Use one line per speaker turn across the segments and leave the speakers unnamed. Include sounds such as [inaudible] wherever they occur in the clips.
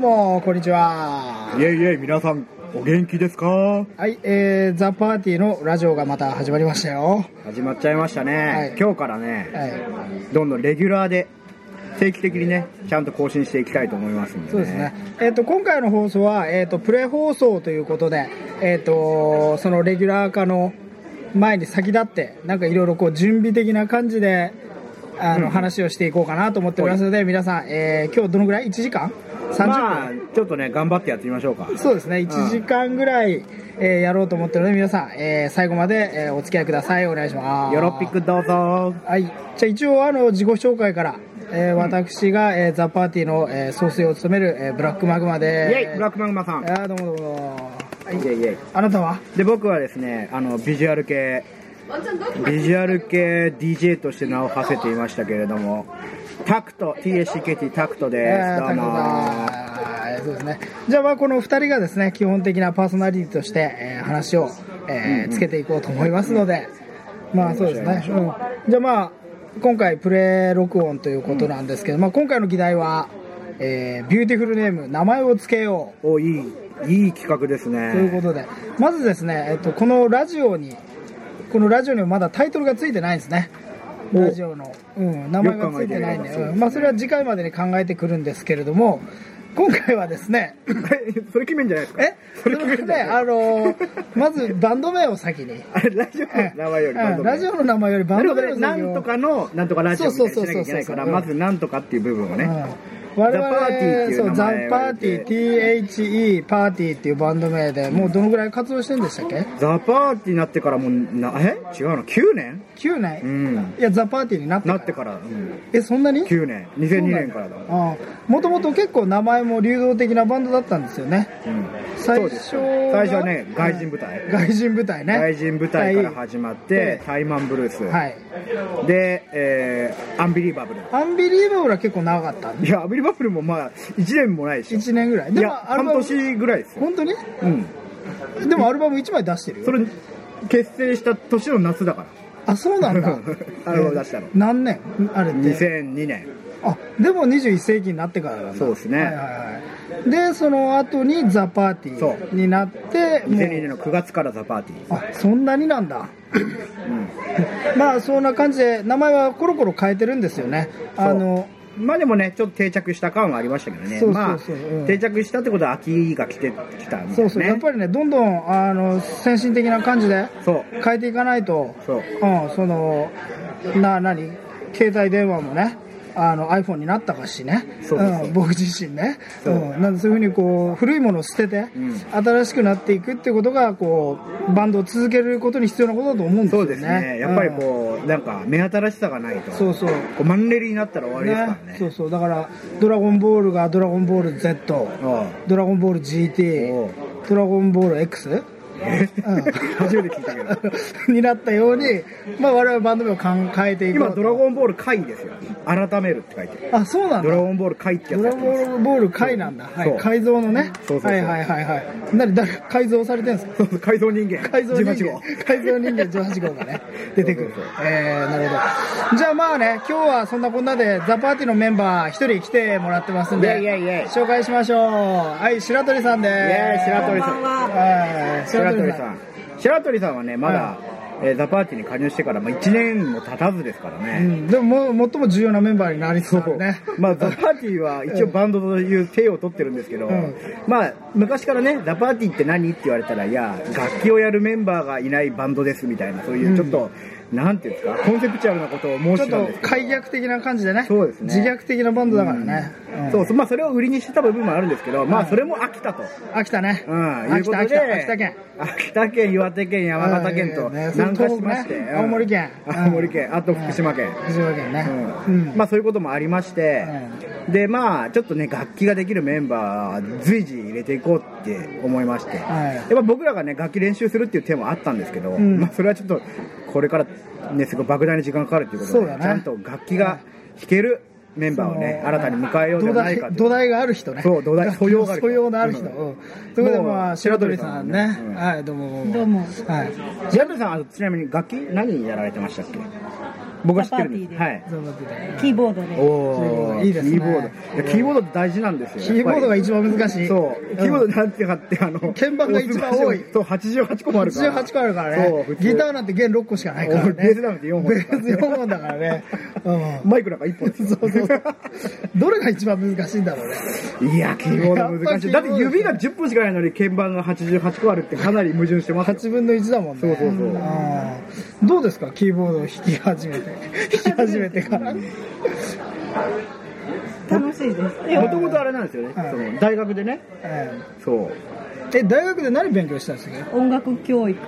も、こんにちは。
いえいえ、皆さん、お元気ですか
はい、えー、ザ・パーティーのラジオがまた始まりましたよ。
始まっちゃいましたね、
はい
今日からね、
はい。
どんどんレギュラーで、定期的にね、ちゃんと更新していきたいと思いますんで、ね。
そうですね。。えっ、と、今回の放送は、えっ、と、プレ放送ということで、えっ、と、そのレギュラー化の前に先立って、なんかいろいろこう、準備的な感じで、あの、話をしていこうかなと思っておりますので、皆さん、えー、今日どのぐらい ?1 時間 ?30 分、
まあ、ちょっとね、頑張ってやってみましょうか。
そうですね、1時間ぐらい、えーやろうと思ってるので、皆さん、えー最後まで、えーお付き合いください。お願いします。
よろぴくどうぞ。
はい。じゃあ一応、あの、自己紹介から、えー私が、えーザ・パーティーの、えー総帥を務める、えーブラックマグマ
イ
で
ェイ、ブラックマグマさん。
あーどうもどうも。はい
イェイイェイ。
あなたは
で、僕はですね、あの、ビジュアル系、ビジュアル系 DJ として名を馳せていましたけれども、タクト、TSCKT タクトです。ど
高
う
野
も
さんそうですね。じゃあ、まあ、この二人がですね、基本的なパーソナリティとして、えー話を、えーつけていこうと思いますので、まあ、そうですね。うんじゃあ、まあ、今回、プレ録音ということなんですけど、まあ、今回の議題は、えービューティフルネーム、名前をつけよう。
お、いい、いい企画ですね。
ということで、まずですね、えっと、このラジオに、このラジオにはまだタイトルがついてないんですね。
お
ラジオの、うん、名前がついてないんで、
よく考えてみればそうですね
うんまあそれは次回までに考えてくるんですけれども、今回はですね、
[laughs] えそれ決めんじゃないですか
え
そ
そ
れ
れ
決め
はね、
んじゃない
あのーまずバンド名を先に。
あれラジオの名前よりバン
う
ド
ん
名
ラジオの名前よりバン
なる
ド
ほ
名
ど
を
ね
先に
なんとかのなんとかラジオみたいにしなきゃいけないか
そうそうそうそ
ら
う
まずなんとかっていう部分をね、
我々
ザパーティーっていう
そう
名
ザ・
前を
パ
入
ー
れ
ティ
て
ー THE パーティーっていうバンド名でもうどのぐらい活動してるんでしたっけ
ザ・パーティーになってからもうなえ違うの9年
?9 年、
うん
いやザ・パーティーになってか
な
ら
ってから、うん、
えそんなに
9年2002年からだ
もともと結構名前も流動的なバンドだったんですよね
うん
最
そう
初
です最初はね
が
外人部隊、
外人部隊ね
外人部隊から
はい
始まってタイマンブルース、
はい
で、えーアンビリーバブル
アンビリーバブルは結構長かった
いやアンビリーバブルもまあ1年もないでしょ
1年ぐらい
い
で
や
もアル
半
バム
年ぐらいですよ、
本当に
うん、
でもアルバム1枚出してる
そ
よ
れ結成した年の夏だから
あそうなんだ
[laughs] アルバム出したの
えー何年あれって
2002年
あでも21世紀になってからなんだ
そうですね
はいはいはいでその後にザ・パーティ
そ
ーになってもう
2002年の9月からザ・パーティ
あそんなになんだ、まあそんな感じで名前はコロコロ変えてるんですよね
そう
あの
ーまあでもねちょっと定着した感はありましたけどね
そうそ
ま
う
あ
そううん
定着したってことは秋が来てきたんで
そうそう、
ね
やっぱりねどんどんあの先進的な感じで
そう
変えていかないと、
そうん
そのな何携帯電話もねあの iPhone になったかしね、
そうそうそうん
僕自身ね、
そうん
なんでそういうふうにこう古いものを捨てて、
ん
新しくなっていくってことがこうバンドを続けることに必要なことだと思うんです
そ
よ
う
ね
ですねやっぱりこう、なんか目新しさがないと
うんそうそう
こうマンネリになったら終わりですからね
そうそうだから「ドラゴンボール」が「ドラゴンボール Z」
あ
「ドラゴンボール GT
おう」
「ドラゴンボール X [laughs]
あ初めて聞いたけど」
になったように、まあ、我々バンド名を考えていこう
今「
と
ドラゴンボール回」ですよ改めるって書いてる
あそうなん
「ド
だ
ラゴンボール回」ってや
ド
つや
ラ
って
ゴ
ます
ンボール回なんだ、は
そ
い、
う
改造のね
そうそうそう
はいはいはいはい何誰改造されてるんですか
そうそう改造人間
改造人
18
間
号
改造人間18号がね出てくる
そうそう
えー、なるほどじゃあまあね今日はそんなこんなでザ・パーティーのメンバー一人来てもらってますんで
イェイイェイイェイ
紹介しましょうはい白鳥さんで
イエーイ
す
白鳥
ん
さん
はい
白鳥
ん
さん白鳥さんはねまだ、えーザ・パーティーに加入してから、まあ、1年も経たずですから
う
ね、
ん、でももう最も重要なメンバーになりつつ
そ
あ
う
るね [laughs]
まあ、ザ・パーティーは一応バンドという体を取ってるんですけど、
ん
まあ昔からねザ・パーティーって何って言われたらいや楽器をやるメンバーがいないバンドですみたいなそういうちょっと、なんていうんですかコンセプチュアルなことを申
ちょ
し
って
たん
と
ですけど
開逆的な感じでね
そうですね
自虐的なバンドだからね、うん
そうそうまあそれを売りにしてた部分もあるんですけど、まあそれも飽きたと、
秋田ね、
うん、いう
秋
こと
田
で
秋田秋田県
秋田県岩手県山形県と
うんね
南下しまして、
それ東北ね
うん
青森県うん
青森県あと福島県、
福島県ね
う
うんん、
まあそういうこともありまして、でまあちょっとね楽器ができるメンバー随時入れていこうって思いまして、
はい
やっぱ僕らがね楽器練習するっていう手もあったんですけど、
ん
まあそれはちょっとこれからねすごい莫大な時間かかるっていうことで
そうだね
ちゃんと楽器が弾けるメンバーをね
その
新たに迎えようじゃないかと
土台土台がある人ね
そう土
[laughs]
台素養がある人
素養のある人、
うん
うんということで
もう
まあ白鳥さんね
白鳥さんねうん
はいどうも
どうも
はい
ジャンルさんあのちなみに楽器何やられてましたっけ僕は知ってるんです
ザパ
は
ー
い
ザパティで
キーボードで
おー
いいですね
キーボードいやキーボードって大事なんですよ
キーボードが
やっ
一番難
ぱ
し
り
い
そうキーボードなんてかってあの
鍵盤が一番多い
そう88個もあるから
88個あるからね
そう
ギターなんて弦6個しかないからね
ベースなんて4本
ベース4本だからね、うん
マイクなんか1本です
そうそうどれが一番難しいんだろうね
いやキーボード難しい
や
だ
っ
っ
ぱキーボード
て指が10本しかないのに鍵盤が88個あるってかなり矛盾してますよ
8分の1だもんね
そうそうそう
うんどうですかキーボードを弾き始めて弾き始めてから
楽しいですで
も
も
ともとあれなんですよね、
はい
その大学でね
え
そう
ええ大学で何勉強したんですか
音楽教育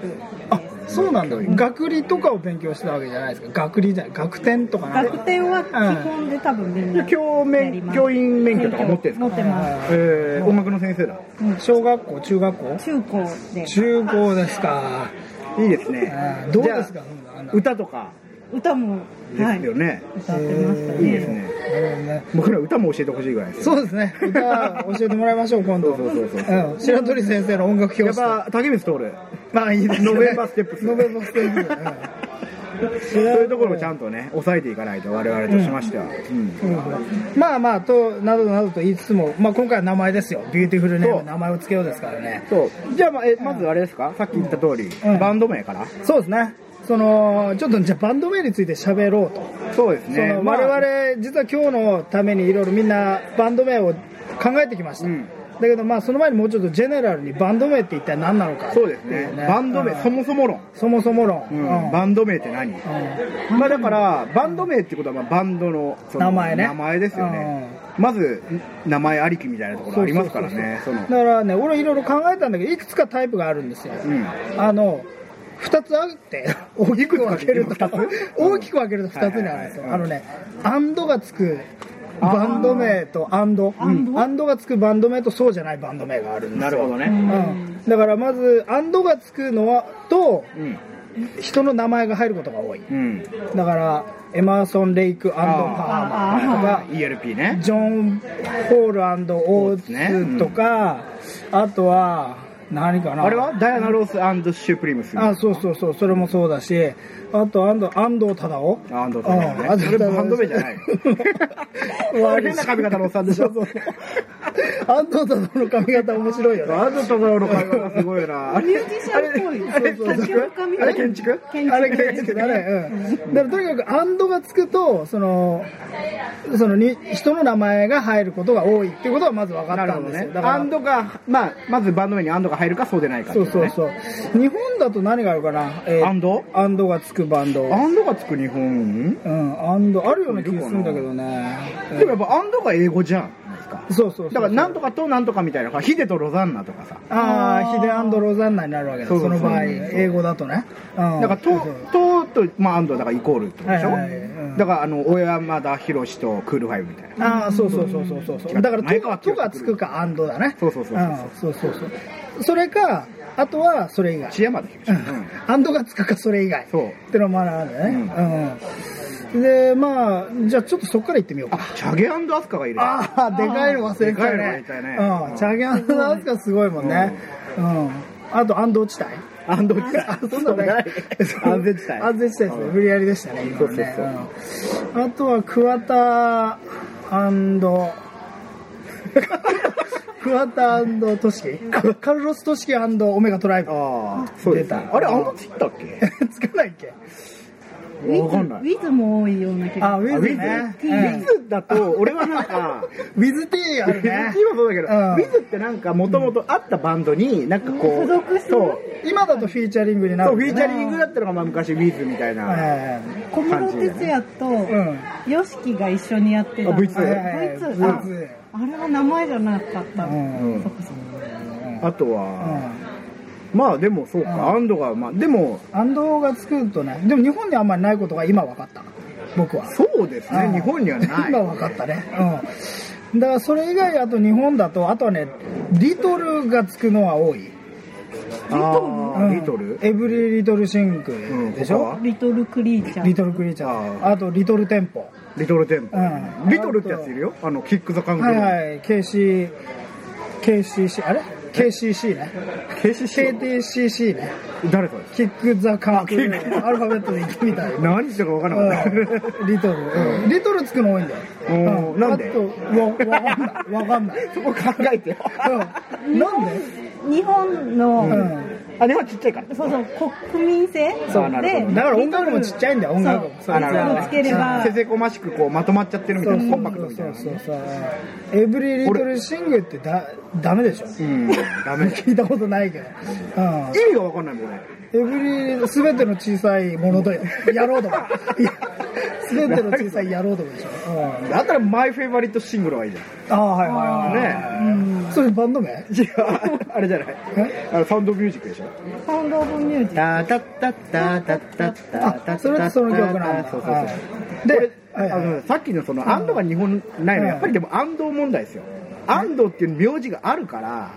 あそうなんだ学理とかを勉強してたわけじゃないですか学理じゃない学点とかなん
楽天は基本で多分みんな
教
やり
免
ます
教員免許とか持ってるんですか
持ってま
えー、音楽の先生だ
小学校中学校
す中高で
中高ですか
いいですね
あーどうです
じ
か
ゃ
そんな
あ歌とか
歌も
で
は
す
い
よね、
歌ってました
い、いで
ね
すね
なるほどね
僕ら歌も教えてほしいぐらいですよ
そうですね歌教えてもらいましょう今度
そうそうそうそ
うん白鳥先生の音楽教
やっ
室
ぱ竹光徹
まあいいですね
ノベンバーステップス
ノベンバーステップスうん
[laughs] そういうところをちゃんとね抑えていかないと我々としましては、うん
まあまあとなどなどと言いつつも、まあ、今回は名前ですよビューティフルネー
そ
ム
う
名前を付けようですからね
そうじゃあまあえまずあれですか、さっき言った通り、
うん
バンド名から
そうですねそのちょっとじゃあバンド名について喋ろうと、
そうですね
その我々実は今日のためにいろいろみんなバンド名を考えてきました、
うん
だけどまあその前にもうちょっとジェネラルにバンド名って一体何なのか
そうですねバンド名、
うん
そもそも論、
そもそも論、
うん
うん
バンド名って何、
うん
まあだからバンド名ってことはまあバンドのその
名前ね
名前ですよね、まず名前ありきみたいなところありますからねそ
そうそうそう
の
だからね俺いろいろ考えたんだけどいくつかタイプがあるんですよ、
うん
あの2つあって [laughs] 大きく分けると
いくつかっていう二つ
大きく分けると2つにあるんです
はい
よあ
はいは
の
い
ね「アンド」がつくバンド名と「アンド」「アンド」がつくバンド名とそうじゃないバンド名があるんで
な
す
るほ
よ
どね、
うんだからまず「アンド」がつくのはと
うん
人の名前が入ることが多い
うん、
だからエマーソン・レイクパーマーとか
ELP ね
ジョン・ホールオーツとか、あとは何かな
あれはダイアナ・ロースシュプリムス
あそうそうそうそれもそうだしあと安藤安藤忠夫
あ安藤忠夫ねそれバンド名じゃない
[laughs] 悪
変な髪型のおっさんでしょ
そうそう安藤忠夫の髪型面白いよね
あのところの会話がすごい
[laughs]
なあ
ミ
れ
ュージシャンっぽい
あれ
作曲家みた
あ
いな
れ建築
建築
あれ建築だね、うん、だからとにかく「アンド」がつくとそのそのに人の名前が入ることが多いっていうことはまず分か
な
っ
る
た
ほ
ん
ど
ですよ
ね
だから
アンドが、まあ、まずバンド名にアンドが入るかそうでないかって
そ
いうね、
そうそう日本だと何があるかな、え
アンド
アンドがつくバンド
アンドがつく日本
うんアンドあるような気がするんだけどねえ
でもやっぱアンドが英語じゃんですか
そうそうそう
だからなんとかとなんとかみたいなほらヒデとロザンナとかさ
ああヒデアンドロザンナになるわけだ
そ
そう
そうそ
の
う
場合
そう
英語だとねうん
だからととと、まあ、アンドだからイコールってことでしょ、
はいはいはいうん
だからあの小山田博士とクールファイブみたいな
ああそうそうそうそうそうそうだから
前
と
川
か
清
とかつくかアンドだね
そうそうそうそうん
そうそうそうそれかあとはそれ以外
千山田博士、うん
アンドがつくかそれ以外
そう
ってのもあるんだよねうんでまあじゃあちょっとそこから行ってみようか
あチャゲアンドアスカがいる
ああでかいの忘れてた
でかいの忘
ね
れてたね
うん、チャゲアンドアスカすごいもんねうん、あと安藤地帯
アン
[laughs]
ド地帯そんなのない安全地帯
安全地帯ですね無理やりでしたね今のね
そう
うんあとは桑田アンド [laughs] 桑田アンドトシ
[laughs]
キカルロストシキアンドオメガトライブ [laughs]
ああそうですね
出た
あれアンドつったっけ
つかないっけ
ウィ
わかんない
ズウィズも多いような気
あ
が
ウィズね
あウィズウィズだと俺はなんか
ウィズティーあ
ウ
る
ィズ
ね
今そうだけど、
うん
ウィズってなんかもともとあったバンドになんかこう
付属する
そう
今だとフィーチャリングにな
そ
る
うんフ
だよ
ィー
ね
チャリングだったのがまあ昔ウィズみたいな、
ええ
小室哲哉と
ん
YOSHIKI が一緒にやってた
あ V2
あ
はいはい
V2 あ
V2
あれは名前じゃなかったの
うん
そっかそっか
あとは、まあでもそうか、
うん
安藤がまあでも
安藤が作るとねでも日本にあんまりないことが今分かった僕は
そうですね、
うん
日本にはない
今分かったねうんだからそれ以外だと日本だとあとはねリトルがつくのは多い
あーリトル、
エブリリトルシンク
うん
でしょ、
他は
リトルクリーチャ
リ
ー
トルクリーチャー
あ
あとリトルテンポ
リトルテンポ、
うん
リトルってやついるよあのキック・ザ・カンフー
はいはいケイシーケイシーシあれ KCC ね
KCC
KTCC ね
誰とです
キック・ザ・カーとい
キッ
うアルファベットで行ってみたい
何してるか分からなかった
うんリトル、うんリトルつくの多いんだよ、
おー
う
なんで
あとわわかんないわかんない、
[laughs] そこ考えてよ
うん、なんで、
日本の、
う
あれはちっちゃいから
そうそう国民性
そうなるほど
ん、だから音楽もちっちゃいんだよ音楽も
そうあのつければ
せせこましくこうまとまっちゃってるみたいなコンパクトみたいな
そうそうそうエブリリトルシングってだダメでしょ
うんダメ
聞いたことないけど、うん
意味が分かんないもんね
エブリ、すべての小さいものとやろうとか。すべての小さいやろうとかでしょ。うん
だったらマイフェイバリットシングルはいいじゃん
ああ、はいはいはい。ねそれバンド名
違う [laughs] あれじゃない
え
あのサウンドミュージックでしょ
サウンド・オブ・ミュージッ
タタタタタタタ
あ、それってその曲なんだ。
そうそうそう
はい
で
で、
あ
はいはい
のさっきのその安藤が日本ないの
うん
やっぱりでも安藤問題ですよ安藤っていう名字があるから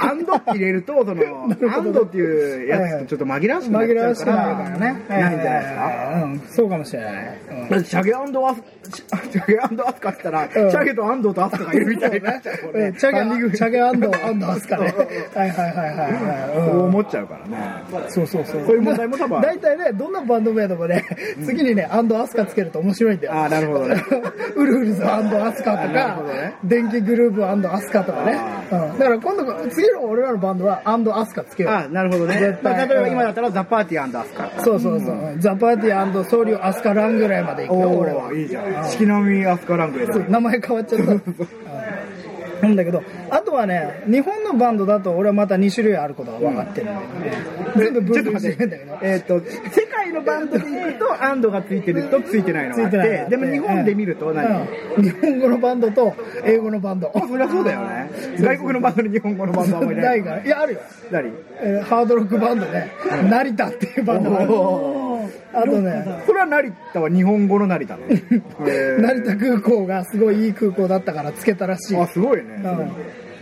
安藤って入れるとその安藤っていうやつとちょっと紛らわしくなっ
紛
ち
ら
ゃ
わ
う
し
か
くな
ら
るからね。
ないんじゃないですか
か。うん、そうかもしれない。うん
だってシャゲアンドアス、シャゲアンドアスカって言ったら、
うん
シャゲとアンドとアスカがいるみたいになっちゃうもん
え
ね。
チャゲ、チャゲアンド、アンドアスカね。
そう
はいはいはいはい
そう
はい。うん
思っちゃうからね。
そうそうそう。
こういう問題も多分ある
大体ね、どんなバンド名でもね、次にね、アンドアスカつけると面白いんだよ。
ああ、なるほどね。
ウルフルズアンドアスカ
あ
と
なる
か
ほどね、
電気グループアンドアスカとかね
あ。
うん、だから今度、次の俺らのバンドはアンドアスカつけよ
あ
う。
あ、なるほどね
絶。
ま
対
あ例えば今だったらザ・パーティーアンドアスカ。
そうそうそう。ザ・パーティーアンドソウリュアスカランぐらいまで行くよ、俺
お
は
お。いいじゃん。四季並みアスカランクレだ。
[laughs] 名前変わっちゃっ
[laughs]
た。うんなんだけど、あとはね、日本のバンドだと俺はまた2種類あることが分かってるんだけどね、全部分類してるんだけど。
えっと、世界のバンドで行くと、アンドがついてるとついてないの
つ
があ
い
って
ない
て、でも日本で見ると何、
うん日本語のバンドと英語のバンド。
そりゃそうだよね。外国のバンドに日本語のバンドはあんまり
な
ないい。
から。いや、あるよ。
何
えーハードロックバンドね、成田っていうバンドがある
お
あとね、
それは成田は日本語の成田ね。へー
成田空港がすごいいい空港だったからつけたらしい。
あ、すごいうね。
ん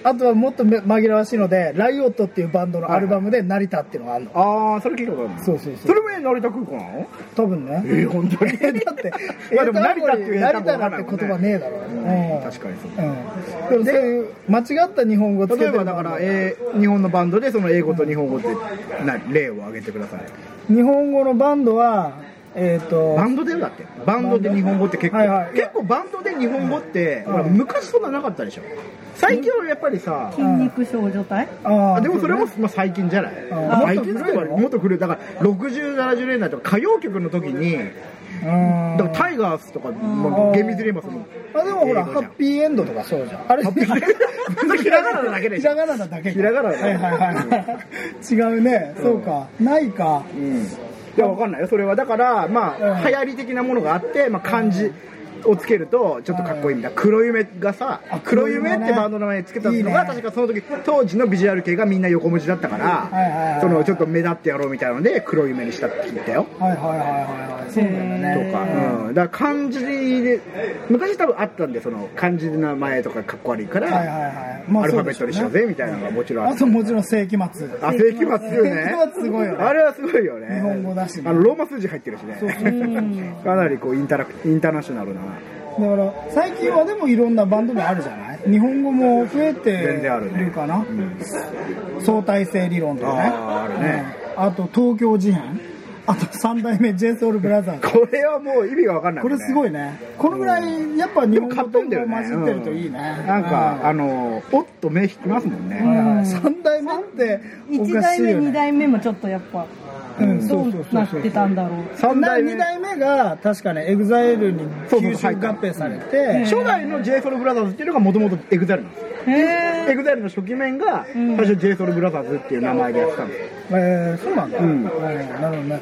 あとはもっとめ紛らわしいので、ライオットっていうバンドのアルバムで成田っていうのがあるの。
ああ、それ聞いたことある
そうそうそう
それも成田空港なの
多分
[laughs]
ね。
ええ、本
[laughs]
当に。
えだって、
まあでも成田っていう
成田なんて言葉ねえだろ。うん
確かにそう。
うん。でもそういう間違った日本語つけて
例え
るバ
ば
ンド
だから、えー日本のバンドでその英語と日本語ってな例を挙げてください
日本語のバンドは、えっ、と、
バンドでだってバンドで日本語って結構、
はいはい
結構バンドで日本語って、
うん
ほら昔そんななかったでしょ最近はやっぱりさ、
ク筋肉少女隊
あ
あ
ー
でもそれも、まあ、最近じゃない
あ
最近
もっと
と
古
か
いの
もっと古いだから6070年代とか歌謡曲の時に
うん
だからタイガースとか、まあ、厳密に言えばその
あでもほら、
英語
ハ
じゃん
ッピーエンドとかそうじゃん。あれ、
ハッピーエンドそれひらがなだけでしょ
ひらがなだけか。
ひらがなだけ
はいはいはい。違うね。そうか。ないか。
いや、わかんないよ。それは、だから、ま
う
あ、
ん
流行り的なものがあって、まあ、漢字をつけると、ちょっとかっこいいみたいな。黒夢がさ
あ、黒
黒
夢ね
夢ってバンドの名前つけた
いい
の
ね
が、確かその時、当時のビジュアル系がみんな横文字だったか
はいはいはい
ら、その、ちょっと目立ってやろうみたいなので、黒夢にしたって聞いたよ。
はいはいはいはいはい。そうだよ
と
ね。
か、うん。だから漢字で、昔多分あったんで、その、漢字の名前とかかっこ悪いか
はいはい
ら、
はい。
アルファベットにしよう
ね。
ぜ、みたいなのがもちろんあ
あ
った
と。もちろん世紀末。
あ、世紀末よね。
世紀末すごいよね
あれはすごいよね。
日本語だしね
あの、ローマ数字入ってるしね。かなりこう、インタラ、インターナショナルな。 [laughs]
だから最近はでもいろんなバンド名あるじゃない日本語も増えて
全然あるね
るかな、
ん
相対性理論とかね
あーあるね
うんあと東京事変あと三代目 j s o u l b r o t h e r
これはもう意味がわかんない、
これすご
い。
いねこのぐらいやっぱ日
で
本
も、
語
かっ
と
飛ん
英
で
語
るね。
混じってるといいね、
うんなんか、あの、おっと目引きますもん
うん
ね。
はいはい三代目ってお
1
か
代
しい
目
よ
2
ね
代目もちょっとやっぱ
うん
ど
そうそうそう
う
そう
なってたんだろう
三代目
2。代目が確かねエグザイルに
そうそう
吸収合併されて
初代の j s o u l b r o t h e r っていうのがもともと EXILE なんですよ。
へえ
EXILE の初期面が、最初 j s o u l b r o t h e r っていう名前でやってたんですよ。
えーそうなんだ、
うん
えーなるほどね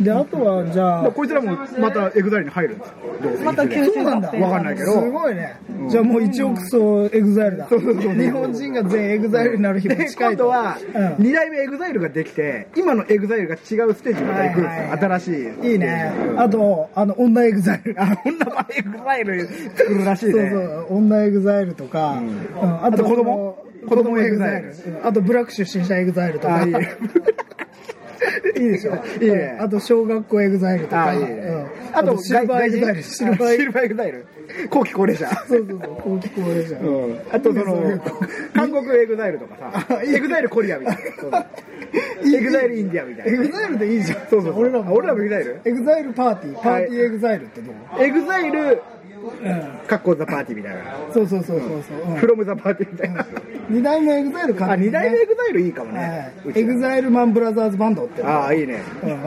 であとはじゃ
だ
あ
からこいつらもまた EXILE に入るんですよ。どうせ
また
いずれ
吸収
そうなんだ
わかんないけど。
すごいね、じゃあもう一億総エグザイルだ、日本人が全エグザイルになる日も
で
近
今
い
度
と
は
うん
2代目エグザイルができて今のエグザイルが違うステージにまた行くんですよ、
はいはい
新しいステージ [laughs]
いいね、
うん
あとあの女エグザイル
あ女はエグザイル作るらしいね
そうそう女エグザイルとか、うんあ
あと子供
子
子
供
供
エ
エ
グ
グ
ザ
ザ
イ
イ
ル
ル、
うんあとブラック出身者エグザイルとか
あいい
いいでしょ
いいね
うんあと小学校エグザイルとか
あいいね
うん
あ
あ
と
とシルバーエグザイル
シ
シ
ル
ル
バ
バー
ーエ
エ
グ
グ
ザイル後期高齢者
そうそうそう高貴高齢者
うんあとその韓国エグザイルとかさ
あいい
エグザイルコリアみたいなそうそうエグザイルインディアみたい
エ
な
グザイルでいいじゃん
そうそうそう
俺らも
あ俺らも EXILE？
エグザイルパーティーパーティ
は
ーエグザイルってどう
エグザイル
うん
かっこザパーティーみたいな
そうそうそうそうそううん
フロムザパーティーみたいな
二代目エグザイルか
あ二代目エグザイルいいかも
は
ねう
い
ち
エグザイルマンブラザーズバンドって
ああいいね
うん [laughs] うん
こ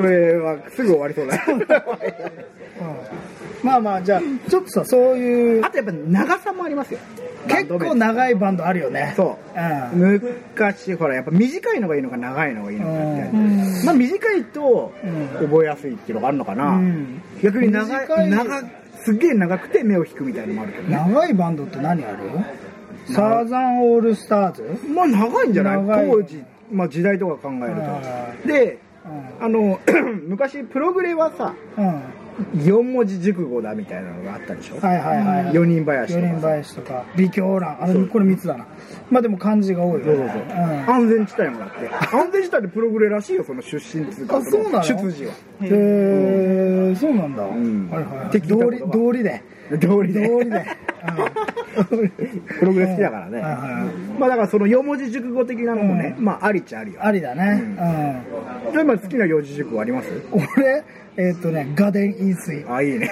れはすぐ終わりそうだ [laughs]
まあまあじゃあちょっとさそういう
あとやっぱ長さもありますよ
結構長いバンドあるよね
そうう昔ほらやっぱ短いのがいいのか長いのがいいのかみたいな
うん
まあ短いと
うん
覚えやすいっていうのがあるのかな、
うん
逆に長
短
い
い
長すっげえ長くて目を引くみたいなのもあるけど
ん
ね
長いバンドって何あるサーザンオールスターズ
まあ長いんじゃない
長い
当時、まあ、時代とか考える
は
とで
うん
あの [clears throat] 昔プログレはさ
うん
4文字熟語だみたいなのがあったでしょ、
はいはいはい
4人林
四
とか
人林とか微狂乱あれこれ3つだなまあでも漢字が多いよ
そ
ね
うそうそう、安全地帯もらって安全地帯でプログレらしいよその出身つうか
あそうなの
出自は
うんへえそうなんだ
ん
はいはいはい
って聞いたこ
道
とが
理道理で
道理で
道理で
プログレ好きだから
うんはいはいは
ね
い
まあだからその4文字熟語的なのもね、
う
まあありっちゃあるよ
ありだね
例えば好きな四字熟語あります
うん俺えっとね「ガデン飲水」
あいいね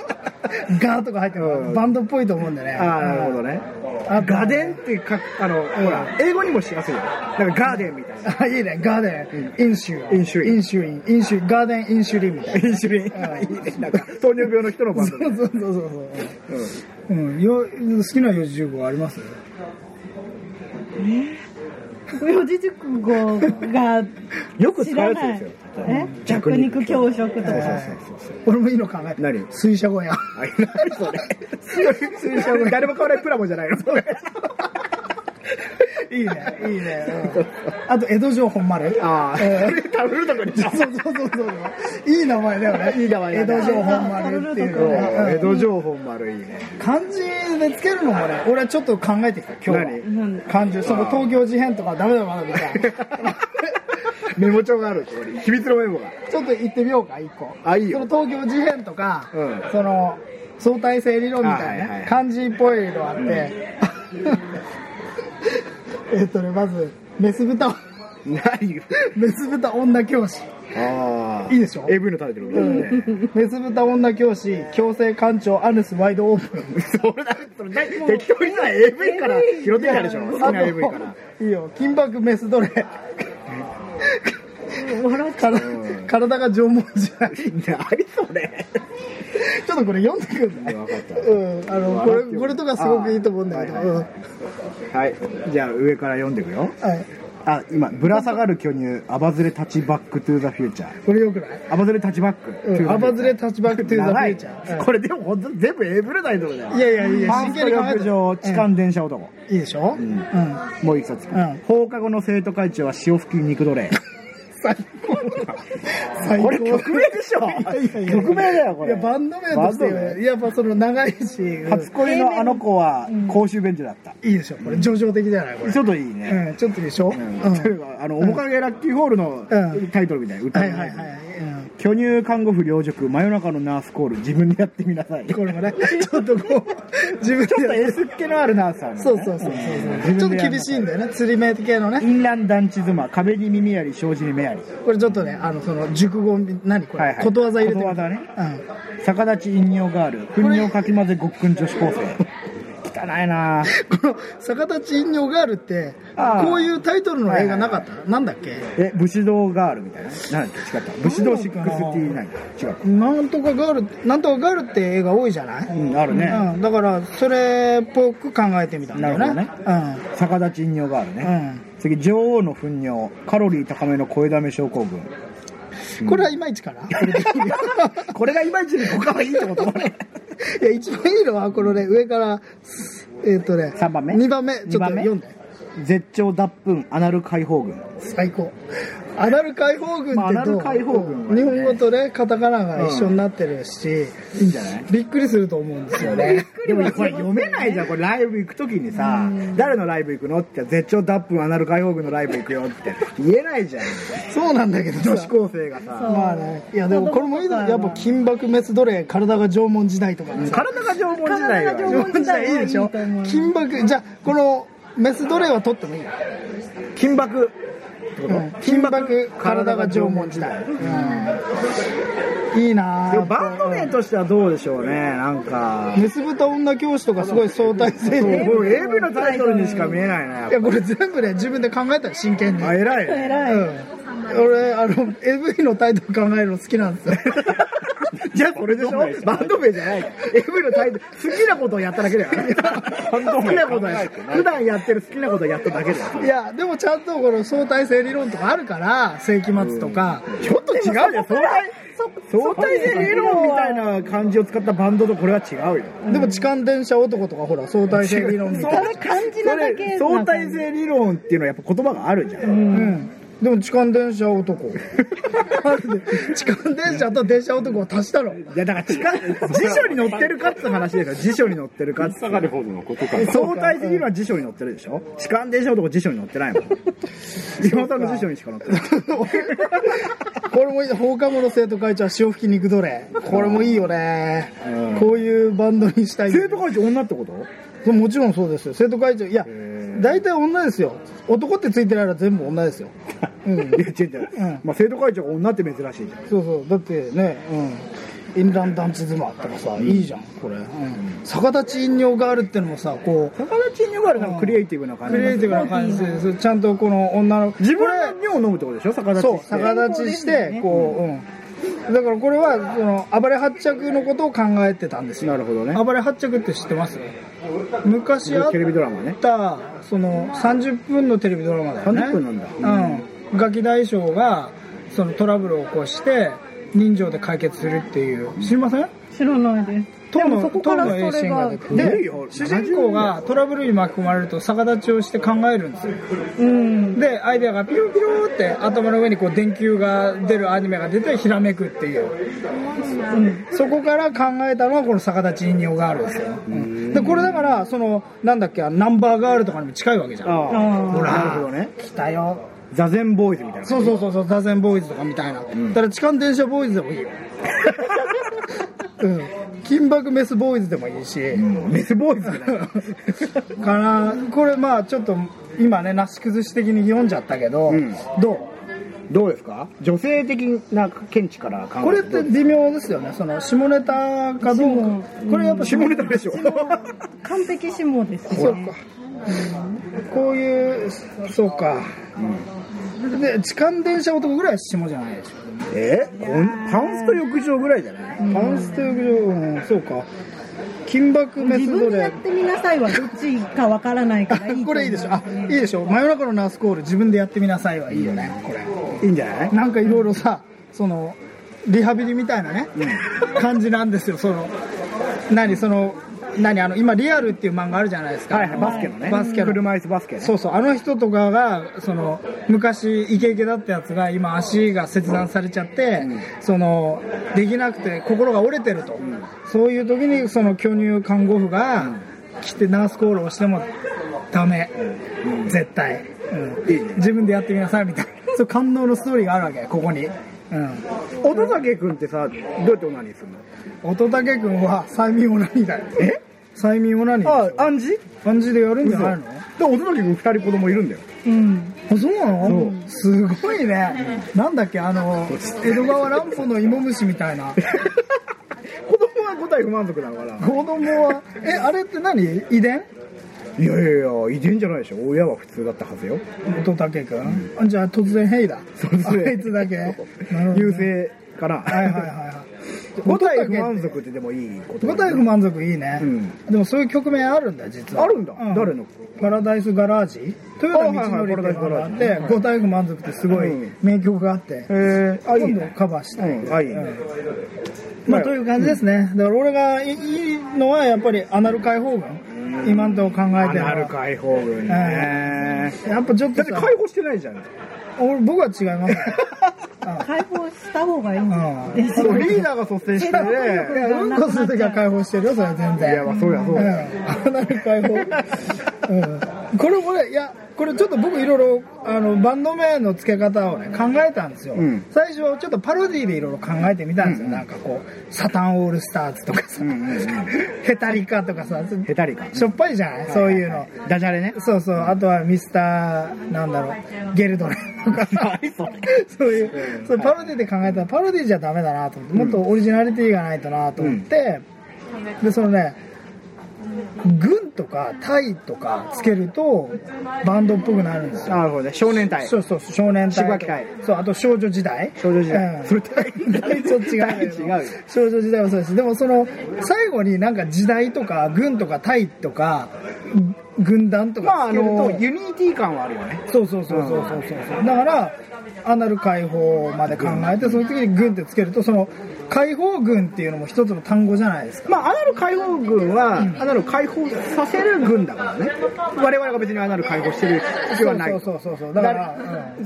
[laughs] ガーとか入ってる
うん
バンドっぽいと思うんだよね
ああなるほどね
あと
ガデンって書くあの、ほら英語にもしやすいよなんかガーデンみたいな
あいいねガーデン、インシュ
インシュリン
インシュリンインシュガーデンインシュリンみたいな
インシュリン [laughs] あいいねなんか糖尿病の人のバン
そ
ド
う
で
そうそうそうそう、うんよ好きな四字熟語あります
四字熟語が
うんよく使
知
うや
ら
つ
な
で
い
すよ。
え弱肉強食
そ
と
うそう
か。
そうそう
俺もいいの考えた
何
水車小
[laughs]
屋
あいいねそ
[laughs]
れ通称の誰も買わないプラモじゃないのそれ
いいねいいね、
[laughs]
うんあと江戸城本丸
ああ、
え
食べるとこに
ーそうそうそうそういい名前だよね
いい名前だ
江
ね
戸城本丸っていうねうん
江戸情報丸いいね
漢字でつけるのもね俺はちょっと考えてきた今日
何
は漢字その東京事変とかダメだまだみ [laughs] たいな
メモ帳があるここに秘密のメモが
ちょっと行ってみようか一個
あいいよ
その東京事変とか、
うん
その相対性理論みたいな、ね
あはいはい
漢字っぽいのあって、 [laughs] えっとねまずメス豚
何
メス豚女教師
ああ
いいでしょ
AV のタイトルみたいなね
メス豚女教師強制官庁アヌスワイドオープン
それだそれだ適当にさ AV から拾ってきたでしょ好き
あ
な AV から
といいよ金箔メス奴隷
笑っちゃう
体
ん
体が縄文時代
何それ
ちょっとこれ読んでくるね。
分かった
うん、あの、こ
笑って
れ、
よ
これとかすごくいいと思うんだけど。
あ
う
は
ん
いはいははいじゃあ上から読んでくよ
はい。
あ今ぶら下がる巨乳アバズレタッチバックトゥーザフューチャー
これよくない
アバズレタッチバック
うんアバズレ
タッ
タッチバックトゥーザフューチャー。
これでも本当に全部 AV のタイトルだよ
いやいやいや
パンスト
真剣に考えて
浴場痴漢電車男
いいでしょうん。
もう一冊
うん
放課後の生徒会長は潮吹き肉奴隷
最高。最
これ曲名でしょ曲名だよこれ
いや、バンド名として
バンド
は、やっぱその長いし、うん
初恋のあの子は公衆便所だった
いいでしょこれ、上々的じゃないこれ
ち。ょっといいね
うん、ちょっといいでしょう
うん
ん。
というかあの面影ラッキーホールの
うん
タイトルみたいな歌
はい
みた
はい
いな
はい。うん
巨乳看護婦両塾真夜中のナースコール自分でやってみなさい
これもね、 [laughs] ちょっとこう、自分
ちょっと
で。
エスっ気のあるナースさん、ね、
そうそうそうそう。ちょっと厳しいんだよね。釣り目系のね。
インラン団地妻壁に耳あり障子に目あり
これちょっとね、あの、その、熟語み、何これ、
はいはい
ことわざ入れて
ことわざね
うん。
逆立ち陰尿ガール糞尿かき混ぜごっくん女子高生汚いなぁ
この、逆立ち飲料ガールって
ああ、
こういうタイトルの映画なかった、なんだっけ
え武士道ガールみたいな何だっけ違った武士道69違う
なんとかガール、なんとかガールって映画多いじゃない、うん
うんあるね、
だから、それっぽく考えてみたんだよね。
なるほ逆立ち陰尿ガールね、
う
次女王の糞尿カロリー高めの声だめ症候群
うん。これはいまいちかな
[laughs] これがいまいちで他はいいってことこれ
[laughs] いや、一番いいのは、このね、上から、えっ、とね、
三番目
2番目、ちょっ
二
と
番目
読んで。
絶頂脱糞アナル解放群
最高。アナル解放軍
ま
っ
あア
て
ナ
ど
ル
う
解放軍はね
日本語とねカタカナが一緒になってるし、
いいんじゃない
びっくりすると思うんですよね
でもこれ読めないじゃんこれライブ行く時にさ誰のライブ行くのって絶頂脱粉アナル解放軍のライブ行くよって言えないじゃん
[laughs] そうなんだけど
女
さ
子高生がさ
まあねいやでもこれもいいだろやっぱ金箔メス奴隷体が縄文時代とかね
体が縄文時代は
体が縄文時代
いいでしょ
と思う
金箔じゃあこのメス奴隷は取ってもいいよ
金箔
うん金箔体が縄文時代、うんいいな
で
ぁ
もバンド名としてはどうでしょうねなんか
結ぶと女教師とかすごい相対性
そう
で
これ AV のタイトルにしか見えない
い
ね
やこれ全部ね自分で考えたら真剣に、
あ偉い
[laughs]
ね
偉い。
うん、俺あの AV のタイトル考えるの好きなんですよ
[laughs] じゃあこれでしょバンド名じゃない AV のタイトル好きなことをやっただけだよ好きなことや普段やってる好きなことをやっただけだよ
いやでもちゃんとこの相対性理論とかあるから世紀末とか、
ちょっと違うじゃん相対相対性理論みたいな感じを使ったバンドとこれは違うよ
でも痴漢電車男とかほら相対性理論みたいな
それ漢字なだけな感じ
相対性理論っていうのはやっぱ言葉があるじゃん、
うんでも痴漢電車
[laughs]
男なんで痴漢電車と電車男を足したの
いやだから近辞書に載ってるかって話ですよ辞書に載ってるかっつ
下がるほどのことか
え相対性理論は辞書に載ってるでしょ痴漢電車男辞書に載ってないもん今さんの辞書にしか載ってない
これもいい放課後の生徒会長は潮吹き肉奴隷これもいいよね、
うん
こういうバンドにしたい
生徒会長女ってこと
そうもちろんそうですよ生徒会長いや
へー
大体女ですよ男ってついてないら全部女ですよ、うん、
いや違う違う、
うん
まあ、生徒会長が女って珍しいじゃん
そうそうだってねうんインラン団地妻とかさ、いいじゃんこれ、うん逆立ち飲料があるってのもさこう
逆立ちに呼ばれなんかクリエイティブな感じ
クリエイティブな感じでそうちゃんとこの女の
自
これ
分の尿を飲むってことでしょ逆立ち
そう
して
逆立ちしてこう、うん、だからこれはその暴れ八着のことを考えてたんですよ
なるほどね
暴れ八着って知ってます昔あっ
テレビドラマね
たその30分のテレビドラマだよね
30分なんだ
うん、ガキ大将がそのトラブルを起こして人情で解決するっていう知りません
知らないです。で
当
も
の
そこから
当の
そ
シ
れ
ーンが
が。
出てく
すごい
るで
よ
主人公がトラブルに巻き込まれると逆立ちをして考えるんですよ
うん。
でアイデアがピロピロって頭の上にこう電球が出るアニメが出てひらめくっていう、そこから考えたのはこの逆立ち飲料ガールですよ、うんでこれだからそのなんだっけあのナンバーガールとかにも近いわけじゃん
ああ
ほら
なるほどね
来たよ
座禅ボーイズみたいな
そうそうそうそう座禅ボーイズとかみたいな、だから痴漢電車ボーイズでも
[laughs]
いいよ、うん、金箔メスボーイズでもいいし、
メスボーイズみたい
[laughs]
な
かなこれまあちょっと今ねなし崩し的に読んじゃったけど、
ん
どう
どうですか女性的な見地から考え
これって微妙ですよねその下ネタかどうかこれやっぱ
下ネタでしょ
完璧指紋です
そう
ね。
かこういうそうか、で痴漢電車男ぐらいは下じゃないでしょ
[laughs] えこんパンスト浴場ぐらいじゃない
パンステージうんそうか金箔メス
自
奴
分でや
隷
ってみなさいはどっちかわからないからいい。
これいいでしょあいいでしょ真夜中のナースコール自分でやってみなさいはいいよねこ
いいんじゃない
れなんかいろいろさそのリハビリみたいなね、感じなんですよその何その何あの今「リアル」っていう漫画あるじゃないですか、
はいはいバスケのね
バスケの
車椅子バスケね
そうそうあの人とかがその昔イケイケだったやつが今足が切断されちゃって、そのできなくて心が折れてると、そういう時にその巨乳看護婦が来てナースコールをしてもダメ、絶対、うん
いいね
自分でやってみなさいみたいなそう感動のストーリーがあるわけここに、うん、
乙武君ってさどうやってオナニーするの
乙武君は催眠オナニーだよ
え
催眠オナニー
あ暗示
感じでやるんじゃない
だ
の
から乙武君2人子供いるんだよ
うん。
あそうなのすごいね、なんだっけあの江戸川乱歩の芋虫みた
[laughs]
いな
子供は五体不満足だから
子供はえあれって何遺伝
[laughs] いやいやいや遺伝じゃないでしょ親は普通だったはずよ
乙武君、あじゃあ突然変異だ
突然
あいつだ
[laughs]
けなるほどね
優勢かな
はいはい
[laughs]
はいはい
五体不
乙武
満足ってでもいいこと
五体不満足いいね、
うん
でもそういう局面あるんだ実は
あるんだ誰の
パラダイスガラージ豊田道則っていうのがあっ
あはいはいパラダイスガラージ
て五体不満足ってすごい
うん
名曲があって、
えーあいい
今度
ね
カバーしたい、
うんあいいね
まあ、という感じですね、だから俺がいいいのはやっぱりアナル解放軍、今んとこ考えて
ア
るの
ナル
は
解放軍ね
やっぱちょっ
だ
と
って
さ
解放してないじゃん
俺僕は違い
[laughs]
ます。
解放した方がいいん
うん
です
そうリーダーが率先してね。
いやうんこするときは解放してるよ、それは全
い
然。
や、まあ、そうや、そう
う
や。
ん、あんなに解放。うん、これこれいやこれちょっと僕いろいろあのバンド名の付け方をね考えたんですよ、
うん
最初ちょっとパロディーでいろいろ考えてみたんですよ、なんかこう「サタンオールスターズ」とかさ「
んうんうん
ヘタリカ」とかさ
ヘタリか。
しょっぱいじゃないそういうの
ダジャレね。
そうそうあとはミスターなんだろうゲルドレとかさ
何それ
そういうそういうパロディで考えたらパロディじゃダメだなと思ってもっとオリジナリティがないとなと思って、でそのね軍とかタイとかつけるとバンドっぽくなるんですよ
なるほどね。少年隊。
そうそう少年隊と
渋垣隊
そうあと少女時代
少女時代
うん
それ隊
隊と違う
[laughs] 隊違うよ
少女時代もそうですでもその最後になんか時代とか軍とか隊とか軍団と
まあ、
か
あ
つけると、
の、ユニティ感はあるよね。
そうそうそうそうそうそうそうだからアナル解放まで考えてその時に軍ってつけるとその解放軍っていうのも一つの単語じゃないですか
まあ、アナル解放軍は、アナル解放させる軍だからね。我々が別にアナル解放してる必要はない。
そうそうそうそうだから
だ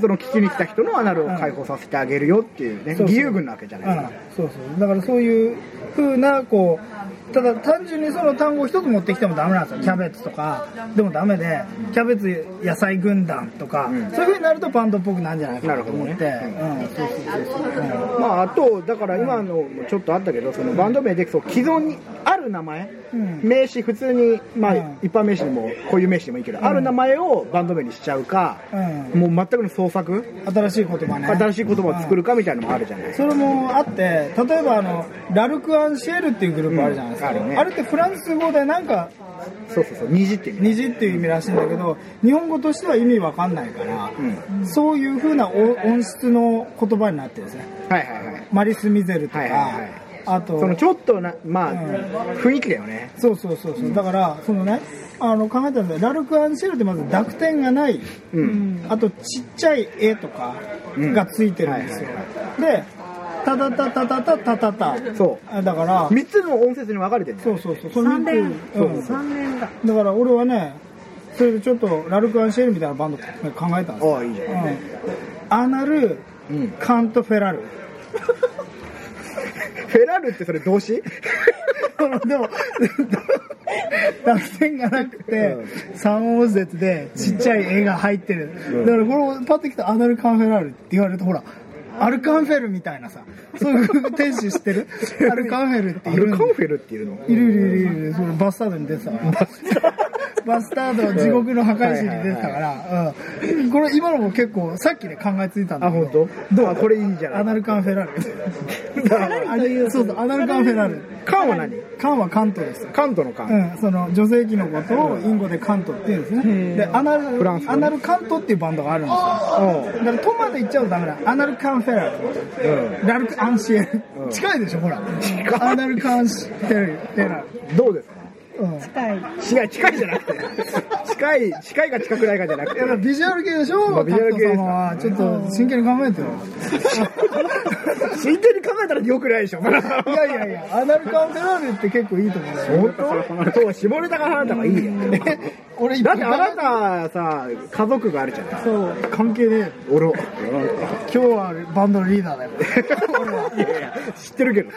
その聞きに来た人のアナルを解放させてあげるよっていうね、
そうそう
義勇軍なわけじゃ
うん
ないですか。
そうそうだからそういう風なこうただ単純にその単語一つ持ってきてもダメなんですよキャベツとかでもダメでキャベツ野菜軍団とか、
ん
そういう風になるとバンドっぽくなんじゃないかなと思って、
なるほ
うんそうそうそうそう、うん
まあ、あとだから今のもちょっとあったけどそのバンド名でそう既存にある名前、
うん
名詞普通に、まあ
うん
一般名詞でもこういう名詞でもいいけど、ある名前をバンド名にしちゃうか、
う
もう全くの創作、
新しい言葉ね
新しい言葉を作るかみたいなのもあるじゃない、
それもあって例えばあのラルク・アンシェールっていうグループあるじゃないですか、
うんあるね
れってフランス語でなんか
そうそうそう虹って意味
虹っていう意味らしいんだけど日本語としては意味わかんないから、そういう風なお音質の言葉になってるんですね
はいはいはい
マリス・ミゼルとか、
はいはいはい
あと
そのちょっとなまあ、
うん
雰囲気だよね
そうそうそうそう、だからそのねあの考えたんですよラルク・アンシェールってまず濁点がない、
うん
あとちっちゃい絵とかがついてるんですよ、
うんは
でタタタタタタタタタ
そ
あだから
う3つの音節に分かれてるんだ
そ
よ
うそうそう。その
3
肉
年
うん。
3年だ
だから俺はね、それでちょっとラルク・アンシェルみたいなバンド考えたんですよ。
ああいいじゃ
う
ん、
ん。アナル、
うん
カント・フェラル。
フェラルってそれ動詞
[laughs] でも、濁点がなくて、三音節でちっちゃい絵が入ってる。だからこれパッと来たアナル・カンフェラルって言われると、ほら、アルカンフェルみたいなさ、そういう天使知って
[laughs]
るアルカンフェルって
ア
いるん
ル
だ
カンフェルっていうの
いるいるいるいる、そのバスタードに出てたから。バスタード、地獄の破壊神に出てたから、うん。これ今のも結構、さっきね考えついたんだ
あ
けど。
本当？
どう
あこれいいじゃ
ア
ない
ナルカンフェラル。あれそうそう、アナルカンフェラル。
カンは何
カンは関東ですよ。
カントのカン、
うん、その女性器のことをインゴでカントって言うんですね。で、アナル、
フランス語
アナルカントっていうバンドがあるんですよ。だから、トマで言っちゃうとダメだ。アナルカンフェラル。
う
ラルク・アンシエル。近いでしょ、ほら。アナルカンシェル。フェラル。
んどうですか
うん。
近い
近い近いじゃなくて近い近いか近くないかじゃなく
いやだから
て
ビジュアル系でしょ、
まあビジュアル系で
タ
す
ッドさんはちょっと真剣に考えてよ。
真剣に考えたらよくないでしょい
いやいやいや、アナルカンフェラーレって結構いいと思うよ。
本当そう下ネタがあなたがいいよ
俺一
だ
回
ってあなたさ家族があるじゃない
そう、関係ねえよ。
俺を
今日はバンドのリーダー
[laughs]
だよ。俺はい
やいや知ってるけど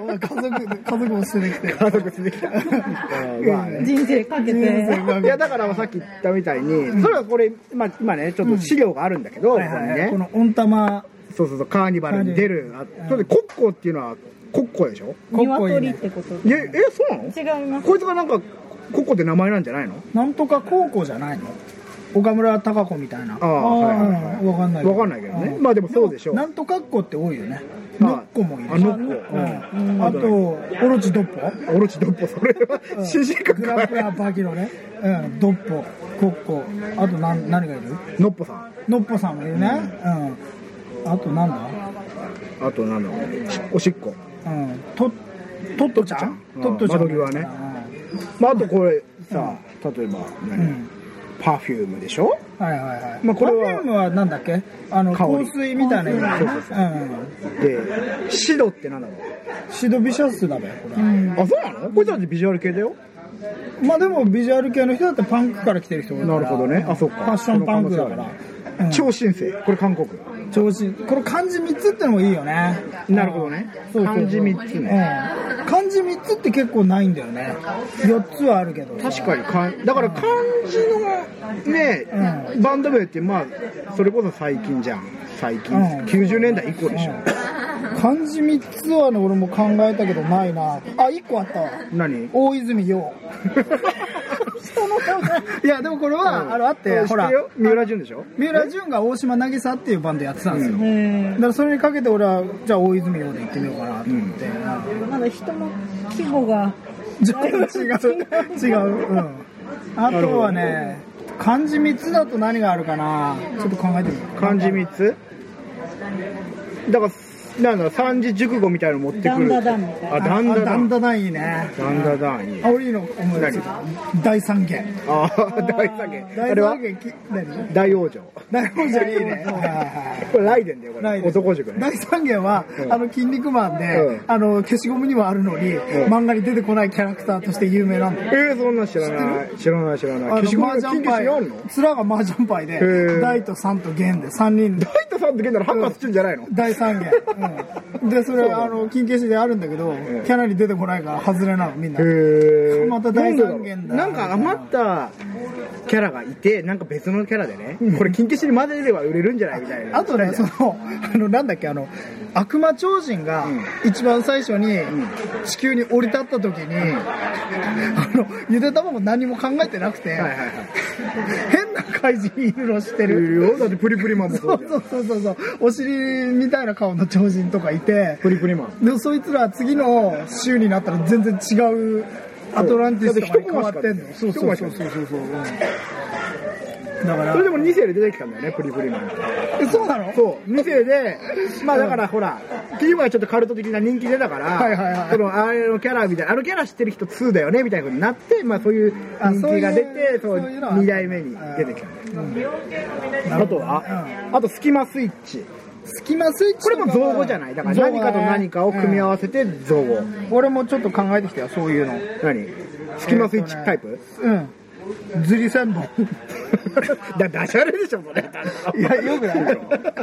うん俺家族、家族も捨ててきて。
家族連れてきたうんまあね
人生かけて
いやだからさっき言ったみたいにそれはこれ、まあ、今ねちょっと資料があるんだけど、
はい
ここに
はいはい
ね
この温玉、
そうそうそうカーニバルに出るあそれでコッコーっていうのはコッコーでしょ
鶏ってこと
いやえそうなの
違います
こいつがなんかコッコーって名前なんじゃないの
なんとか高校じゃないの岡村孝子みたいな。
ああはいはいはい
うんわかんない
わかんないけどねまあでもそうでしょう
なんとかっこって多いよね。
はい
ノッコもいるし。
あノッコ
うんあと、オロチドッポ
オロチドッポそれは主人格
グ
か
ラップラーバキロね。うん、ドッポ、コッコ。あとなん、何がいる
ノッポさん
ノッポさんもいるね。うん。あとなんだ
あとなんだろうおしっこ
うん。と、トットちゃん
うん
トットちゃん。
窓際ねまああとこれさ例えば
うん。うん
何パフュームでしょ
はいはいはい。
まあこれは
パフュームはなんだっけあの、
香り
香水みたいなやつね
そうそ
う
う
ん。
でシドってなんだろ
シドビシャスだべ、これ。
うあそうなのこいつだってビジュアル系だよ
まあでもビジュアル系の人だってパンクから来てる人多いから
なるほどねあそっか
ファッションパンクだからうん
超新星これ韓国
調子この漢字3つってのもいいよね
なるほどね
そうそうそう
漢字3つね
うん漢字3つって結構ないんだよね4つはあるけど
確かにかんだから漢字のね、バンド名ってまあそれこそ最近じゃん最近、
うん
90年代以降でしょ、
[laughs] 漢字3つはね俺も考えたけどないなあ1個あったわ
何
大泉洋
[laughs]
人の名前いやでもこれは、あのあって
知
ほ
っ
ら
てるよ三浦淳でしょ
三浦淳が大島渚っていうバンドやってたんですよ、
えー
だからそれにかけて俺はじゃあ大泉洋で行ってみようかなと思って、
まだ人の規模が [laughs]
じゃあ違う違
[laughs]
う、うん、あとはね漢字3つだと何があるかなちょっと考えてみよう
漢字3つだからなんだろう三字熟語みたいなの持ってくる
ダンダダンみたいな
あダンダ
あ
ダ
だん
ン
だんいいね
ダンダダンいい
あ俺いいの思い出した大三元
ああ [laughs] 大下げ
大
あれは
三元き何
大往生
大王者いいね [laughs] はいはい
これライデンだよこ
な
れ
いです
男塾ね
大三元は、
うん
あの筋肉マンで、
うん
あの消しゴムにはあるのに、
ん
漫画に出てこないキャラクターとして有名なんだよ
えー、そんなん知らない知らない知らない
あ
消しゴム
の麻
の
雀
金消
牌
しあんの
面が麻雀牌で
ー
大と三と元で3人で
ライトさんって言うんならハンカチつんじゃないの
大三元、うん、でそれあの金消しであるんだけど、キャラに出てこないから外れなのみんな、
へ
また大三元だ
なんだろうなんか余ったキャラがいてなんか別のキャラでね、これ金消しに混ぜれば売れるんじゃないみたいな
あとねそのあのなんだっけあの悪魔超人が一番最初に地球に降り立った時に、 [laughs] あのゆで卵何も考えてなくて、
はいはいはい
変な怪人犬のして
い
る
るよだってプリプリマンも
そ
そう
う
じゃん
そうそうそうそうお尻みたいな顔の超人とかいて
プリプリマン
でもそいつら次の週になったら全然違うアトランティスとかに変わってんの
そうだって一コマしか
そうそうそううんだから
それでも2世で出てきたんだよねプリプリマンって
えそうなの
そう2世でまあだからほら今はちょっとカルト的な人気出たから
はいはいはい
そのあれのキャラみたいなあのキャラ知ってる人2だよねみたいなことになってまあそういう
あ
人気が出て
そ
そ
いう
うう
そういうのは
2代目に出てきたんだよあとはあとスキマスイッチ
スキマスイッチ
これも造語じゃないだから何かと何かを組み合
わ
わせて造語
せ、うん俺もちょっと考えてきたよそういうの
何スキマスイッチタイプ [laughs]
うんずり千本
だダジャレでしょそれ
いやよくない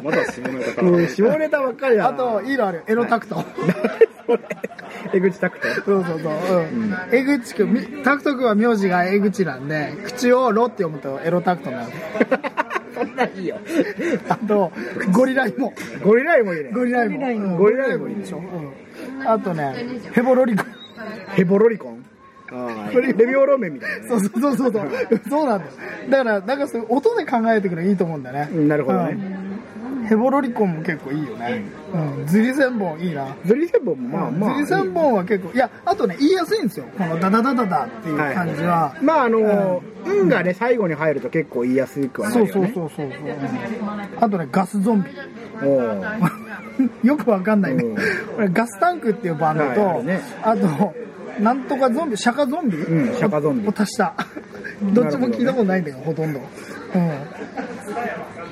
まだ下ネタから。
うん下ネタばっかりだ
あ
[laughs] な
といいのあるよエロタクト、
それ江口拓人
[laughs] そうそうそう、うん、江口くんみタクト君は名字が江口なんで口をロって読むとエロタクトになる
そんないいよ
あとゴリラ芋
ゴリライもいいね
ゴリラ芋うん
ゴリライもいい
で
ね
しょ、うん、あとねヘボロリコ
ヘボロリコンあーレビオロメンみたいなね
そうそうそうそうそうなんだよだからなんかそういう音で考えてくのいいと思うんだね、
うんなるほどね
うんヘボロリコンも結構いいよね、うん、ズリ千本いいな
ズリセボンもまあまあ
ズリ千本は結構いやあとね言いやすいんですよこのダダダダダっていう感じは、
まああの「うん」がね最後に入ると結構言いやすくはな
そ
る
う
よ
そう
ね
そうそうそう、あとねガスゾンビ [laughs]
おー
よくわかんないね、
うん
これガスタンクっていうバンドと、
はいあるね
あとなんとかゾンビ釈迦ゾンビ、
うん釈迦ゾンビ
を足した
[laughs]
どっちも聞いたことないんだけどほとんど、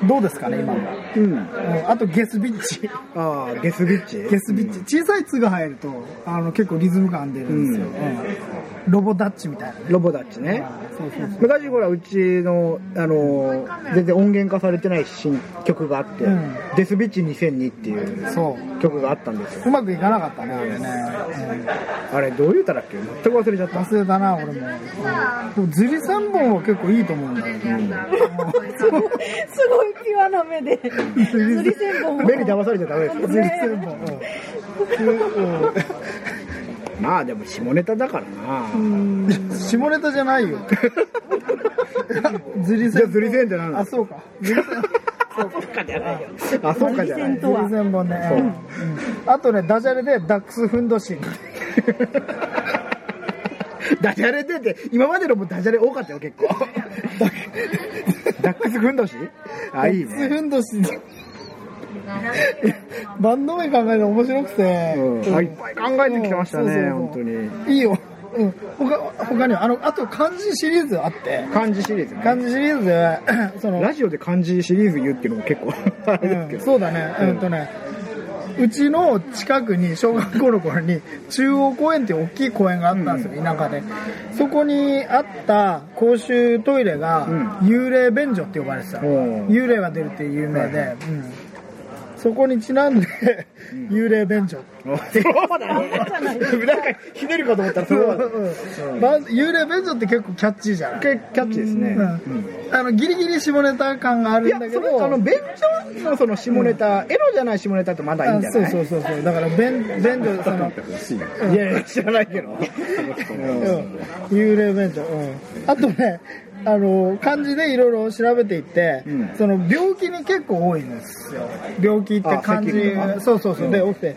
うん、どうですかね今の、
うん
うん、あとゲスビッチ [laughs]
ああゲスビッチ
ゲスビッチ小さい「つ」が入るとあの結構リズム感出るんですよ、
うん
うんロボダッチみたいなね
ロボダッチね
そうそう
昔ほらうちの、あのー全然音源化されてない新曲があって「
うん
デスビッチ2002」っていう
そう
曲があったんですよ
うまくいかなかったねあれね、うん
あれどういう歌だっけ全く忘れちゃ
[laughs]
った
忘れたな俺もでもズリ3本は結構いいと思うんだよね
すごいすごい際な目で釣り千本を
目に騙されちゃダメですよ
ズリ3本
まあでも下ネタだからな、
うん下ネタじゃないよズリ
[laughs] じゃあ
3
ズリセンって何な
本あ
の
そうかズリ3
あそうかじゃな
釣り
い
銭とは
本ねうんあとねダジャレでダックスフンドシン
ダジャレ出て今までのもダジャレ多かったよ結構ダックスふんどしあいい
ダックス
ね
フンドシン [laughs] バンド名考えて面白くて、
うん、あいっぱい考えてきてましたね、
うん
本当に
いいよ、うん、他他にはあのあと漢字シリーズあって
漢字シリーズね
漢字シリーズ [clears throat] でその
ラジオで漢字シリーズ言うっていうのも結構あれですけ
うん
ど、
そうだねうんとねうちの近くに小学校の頃に中央公園っていう大きい公園があったんですよ、田舎でそこにあった公衆トイレが幽霊便所って呼ばれてた、
おう
幽霊が出るっていう有名で、うんそこにちなんで幽霊便所
そうだね。なんかひねるかと思ったらそうだね
うんま幽霊便所って結構キャッチーじゃない
結構キャッチですね。
うんあのギリギリ下ネタ感がある
い
ん
や、
だ
それ
けど
あの、便所のその下ネタ、エロじゃない下ネタってまだいいんじゃ
あそう
ない
そうそうそうだから便便
[laughs]
所その、
いやいや、知らないけど。
うん、幽霊便所、うん、あとねあの漢字でいろいろ調べていって、
うん
その病気に結構多いんですよ病気って
あ
漢字
咳とか
そうそうそう、
うん
で多くて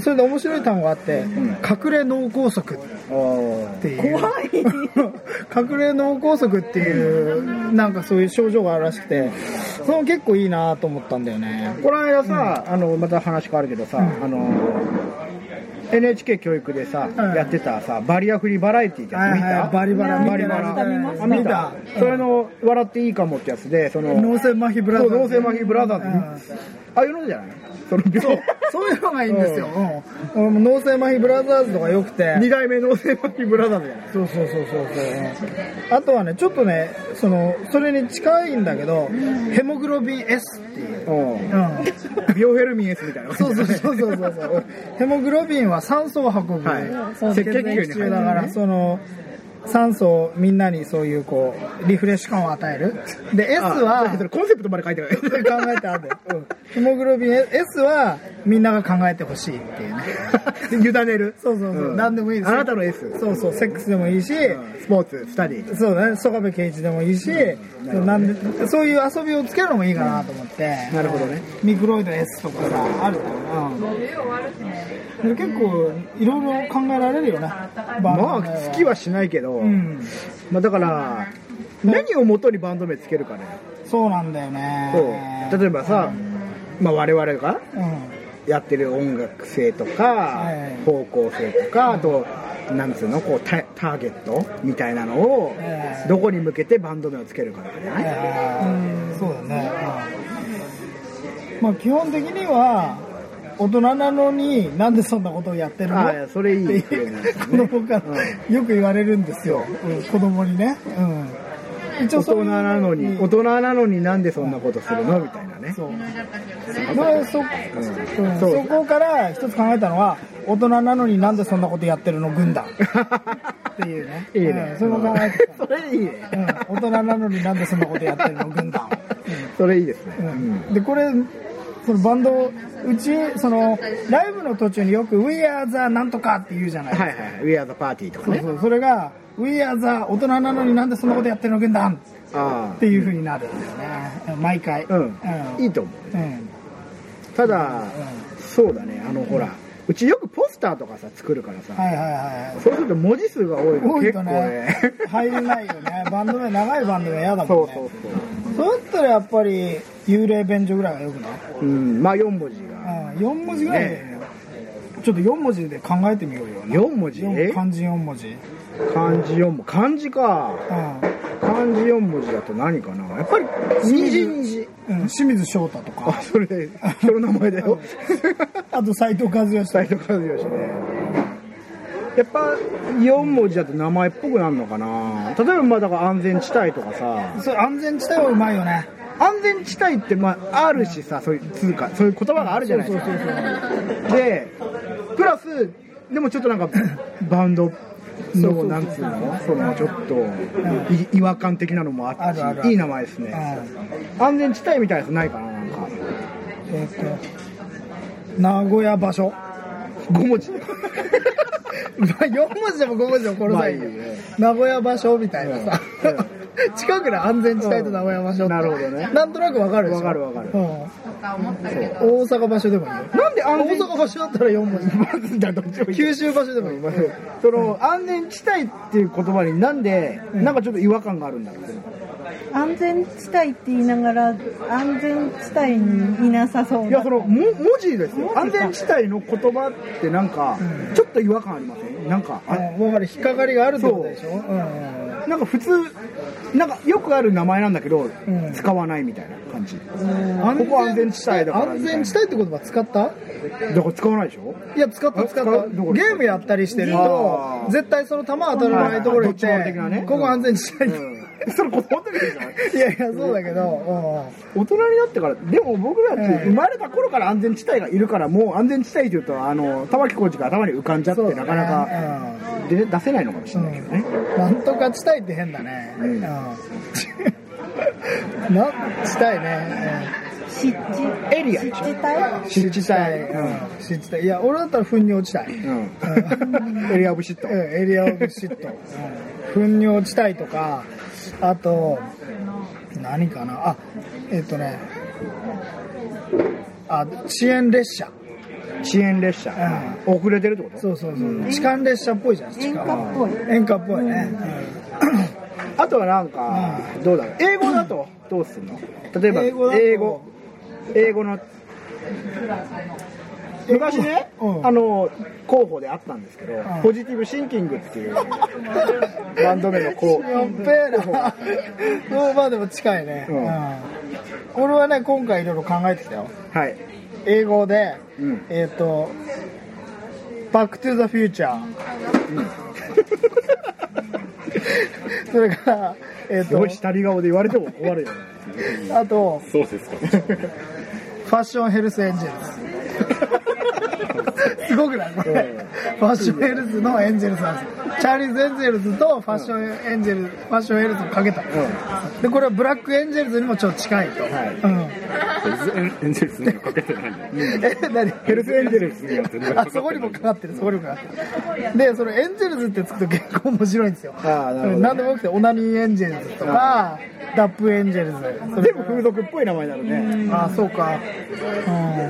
それで面白い単語があって、
ん
隠れ脳梗塞っ
[laughs] おー
ていう
怖い
[laughs] 隠れ脳梗塞っていうなんかそういう症状があるらしくてそれも結構いいなと思ったんだよね
この間さ、あの、また話変わるけどさ、あの、NHK 教育でさ、
うん
やってたさ、バリアフリーバラエティーじゃん。見た
バリバラ
いや
バリバラ
見た
見
見
た
た
それの、笑っていいかもってやつで、その、
脳性麻痺ブラ
そ
ザ
う、
ー
同性マヒブラザ
うん
ーズ。ああいうのじゃないその病
そういうのがいいんですよ、うん俺も脳性麻痺ブラザーズとかよくて
[laughs] 二代目同性マヒブラザーズじゃない
そうそうそうそうそうあとはねちょっとねそのそれに近いんだけどヘモグロビン S っていう、
うん
うん、
ビオフェルミン S みたいな
そうそうそうそうそうそうヘモグロビンは酸素を運ぶ、
はい
そう
赤血球に入る
血中だから、その酸素をみんなにそういうこうリフレッシュ感を与えるで S
あ
は
それコンセプトまで書いてない
って考えてあるんだよ、うん、ヘモグロビン S はみんなが考えてほしいっていうね
[laughs] 委ねる
そうそうそう、
うん
何でもいいです
あなたの S
そうそうセックスでもいいし、
スポーツスタディ
そうだね曽我部圭一でもいいし、そうなんでそういう遊びをつけるのもいいかなと思って、
なるほどね
ミクロイド S とかさあるからな、で結構いろいろ考えられるよね
まあ好きはしないけど
うん
まあだから何を元にバンド名つけるかね
そうなんだよね
そう例えばさまあ我々が
うん
やってる音楽性とか
はい
方向性とかあとなんつうのこうタターゲットみたいなのを
はい
どこに向けてバンド名をつけるかじゃない
うんそうだね、まあ基本的には大人なのになんでそんなことをやってるの
ああ
[laughs]
それいい
っていう子供からよく言われるんですよ、うん子供にね、うん、一
大
そうい
人
う
なのに大人なのになんでそんなことするのみたいなね
そうまあそ,、うん
そう
そこから一つ考えたのは大人なのになんでそんなことやってるの軍団っていうね
[laughs] いいね
うんそれも考えてた、
[laughs] それいいね
うん、大人なのになんでそんなことやってるの軍団
[laughs] それいいですね
うんでこれそのバンドうちそのライブの途中によく「We are the なんとか」って言うじゃないですか、
はいはいはい「We are the party」とかね
そうそうそれが「We are the 大人なのになんでそんなことやってるの軍団」
あ
っていう風になるんだよね毎回
あうん
うん
いいと思う
うん
ただそうだねあのほらうちよくポスターとかさ作るからさ
はいはいはい
そうすると文字数が多いの
多
結
いと
構
ね
ね
入れないよねバンド名長いバンド名嫌だ
[laughs] そ
もん
う
ね
そ
そ
う
うだったらやっぱり幽霊便所ぐらいがよくない
そううんまあ4文字が
4文字ぐらいで
ね
ちょっと4文字で考えてみようよ
4文字
四漢字4文字うん
漢字4文漢字か漢字4文字だと何かなやっぱり二字二字
うん清水翔太と
[laughs] あ
か
それで人の名前だよ
あと斎藤和義と
斎藤和義ねやっぱ4文字だと名前っぽくなるのかな例えばまあだから安全地帯とかさ
それ安全地帯はうまいよね
安全地帯ってまああるしさそういう通貨そういう言葉があるじゃないですかでプラスでもちょっとなん
[laughs]
かバンドのなんつうのそのちょっとい違和感的なのもあ
あるあ
っ
るあ
て
る
いい名前です
うん
ね安全地帯みたいなやつないかななんか
えっと名古屋場所
5文字
まあ4文字でも5文字でもこれさいい
まあ
よ
いいね
名古屋場所みたいなさ [laughs] 近くの安全地帯と名古屋場所って
なるほどね
なんとなくわかるでしょ
わかるわかる
うん大阪場所でもいいよ
なんで安
大
全
阪場所だったら4文字
だどっちもいい
九州場所でもいい
その安全地帯っていう言葉になんで、なんかちょっと違和感があるんだろうね
あ
安全地帯って言いながら安全地帯にいなさそう
い
な
やそのも文字ですよ安
文字か
全地帯の言葉ってなんかちょっと違和感ありませんなんかあ
うん、わかる引っかかりがあるってことでしょ、うんうんうん、
なんか普通なんかよくある名前なんだけど、
ん
使わないみたいな感じ、ここ安全地帯だから
安
みたい
全
な
地帯って言葉使った
だから使わないでしょ
いや使った
え
使っ
使
た
うどこで
ゲームやったりしてると
あー
絶対その球当たらないところ行って、
はいはいはいドッジボール的なね
ここ安全地帯、
それ断ってるじゃない
いやいやそうだけど、
大人になってからでも僕らって
ええ
生まれた頃から安全地帯がいるからもう安全地帯というとあの玉置浩二が頭に浮かんじゃって
そうだね
なかなかで出せないのかもし
う
れ
ん
ないけどね、
うん、なんとか地帯って変だね、うん [laughs] ん、なん地帯ね、
湿地
エリアでし
湿
ょ
うん
湿
地帯
地帯
うん湿地帯いや俺だったら糞尿地帯、うん
うんエリアオブシット、
エリアオブシット、糞尿地帯とかあと何かなあえっとねあ遅延列車
遅延列車、遅れてるってこと
そうそうそう痴漢列車っぽいじゃん痴
演
漢
歌っぽい
演歌っぽいね、
あとはなんか、どうだろう英語だとどうするの例えば
英
英
語だ
語
と
英語の昔ね、
うん
あの候補であったんですけど、
ん
ポジティブシンキングっていうバンド名の
[laughs]
候補
やっべえなそうまあでも近いね、
うん
うん俺はね今回いろいろ考えてきたよ
はい
英語で、
うん
えっ、と「バック・トゥ・ザ・フューチャー」それからえっ、
すごい下り顔で言われても困るよね
とあと
そうですか。
ファッションヘルスエンジェルス。すごくないこれ。ファッションヘルスのエンジェルスなんですよ。チャーリーズエンジェルスとファッションエンジェル、ファッションヘルスをかけた。で、これはブラックエンジェルズにもちょっと近いと。うん。
エンジェルスにかけてないの。
[laughs] え、何
ヘルスエンジェルス
やってない
あ、そこにもかかってる、そこにもかかってる。で、そのエンジェルズってつくと結構面白いんですよ。
ああなるほどね
何でもよくて、オナニーエンジェルズとか、ダップエンジェルズ。それ
全部風俗っぽい名前なのね
ああそうか、うん、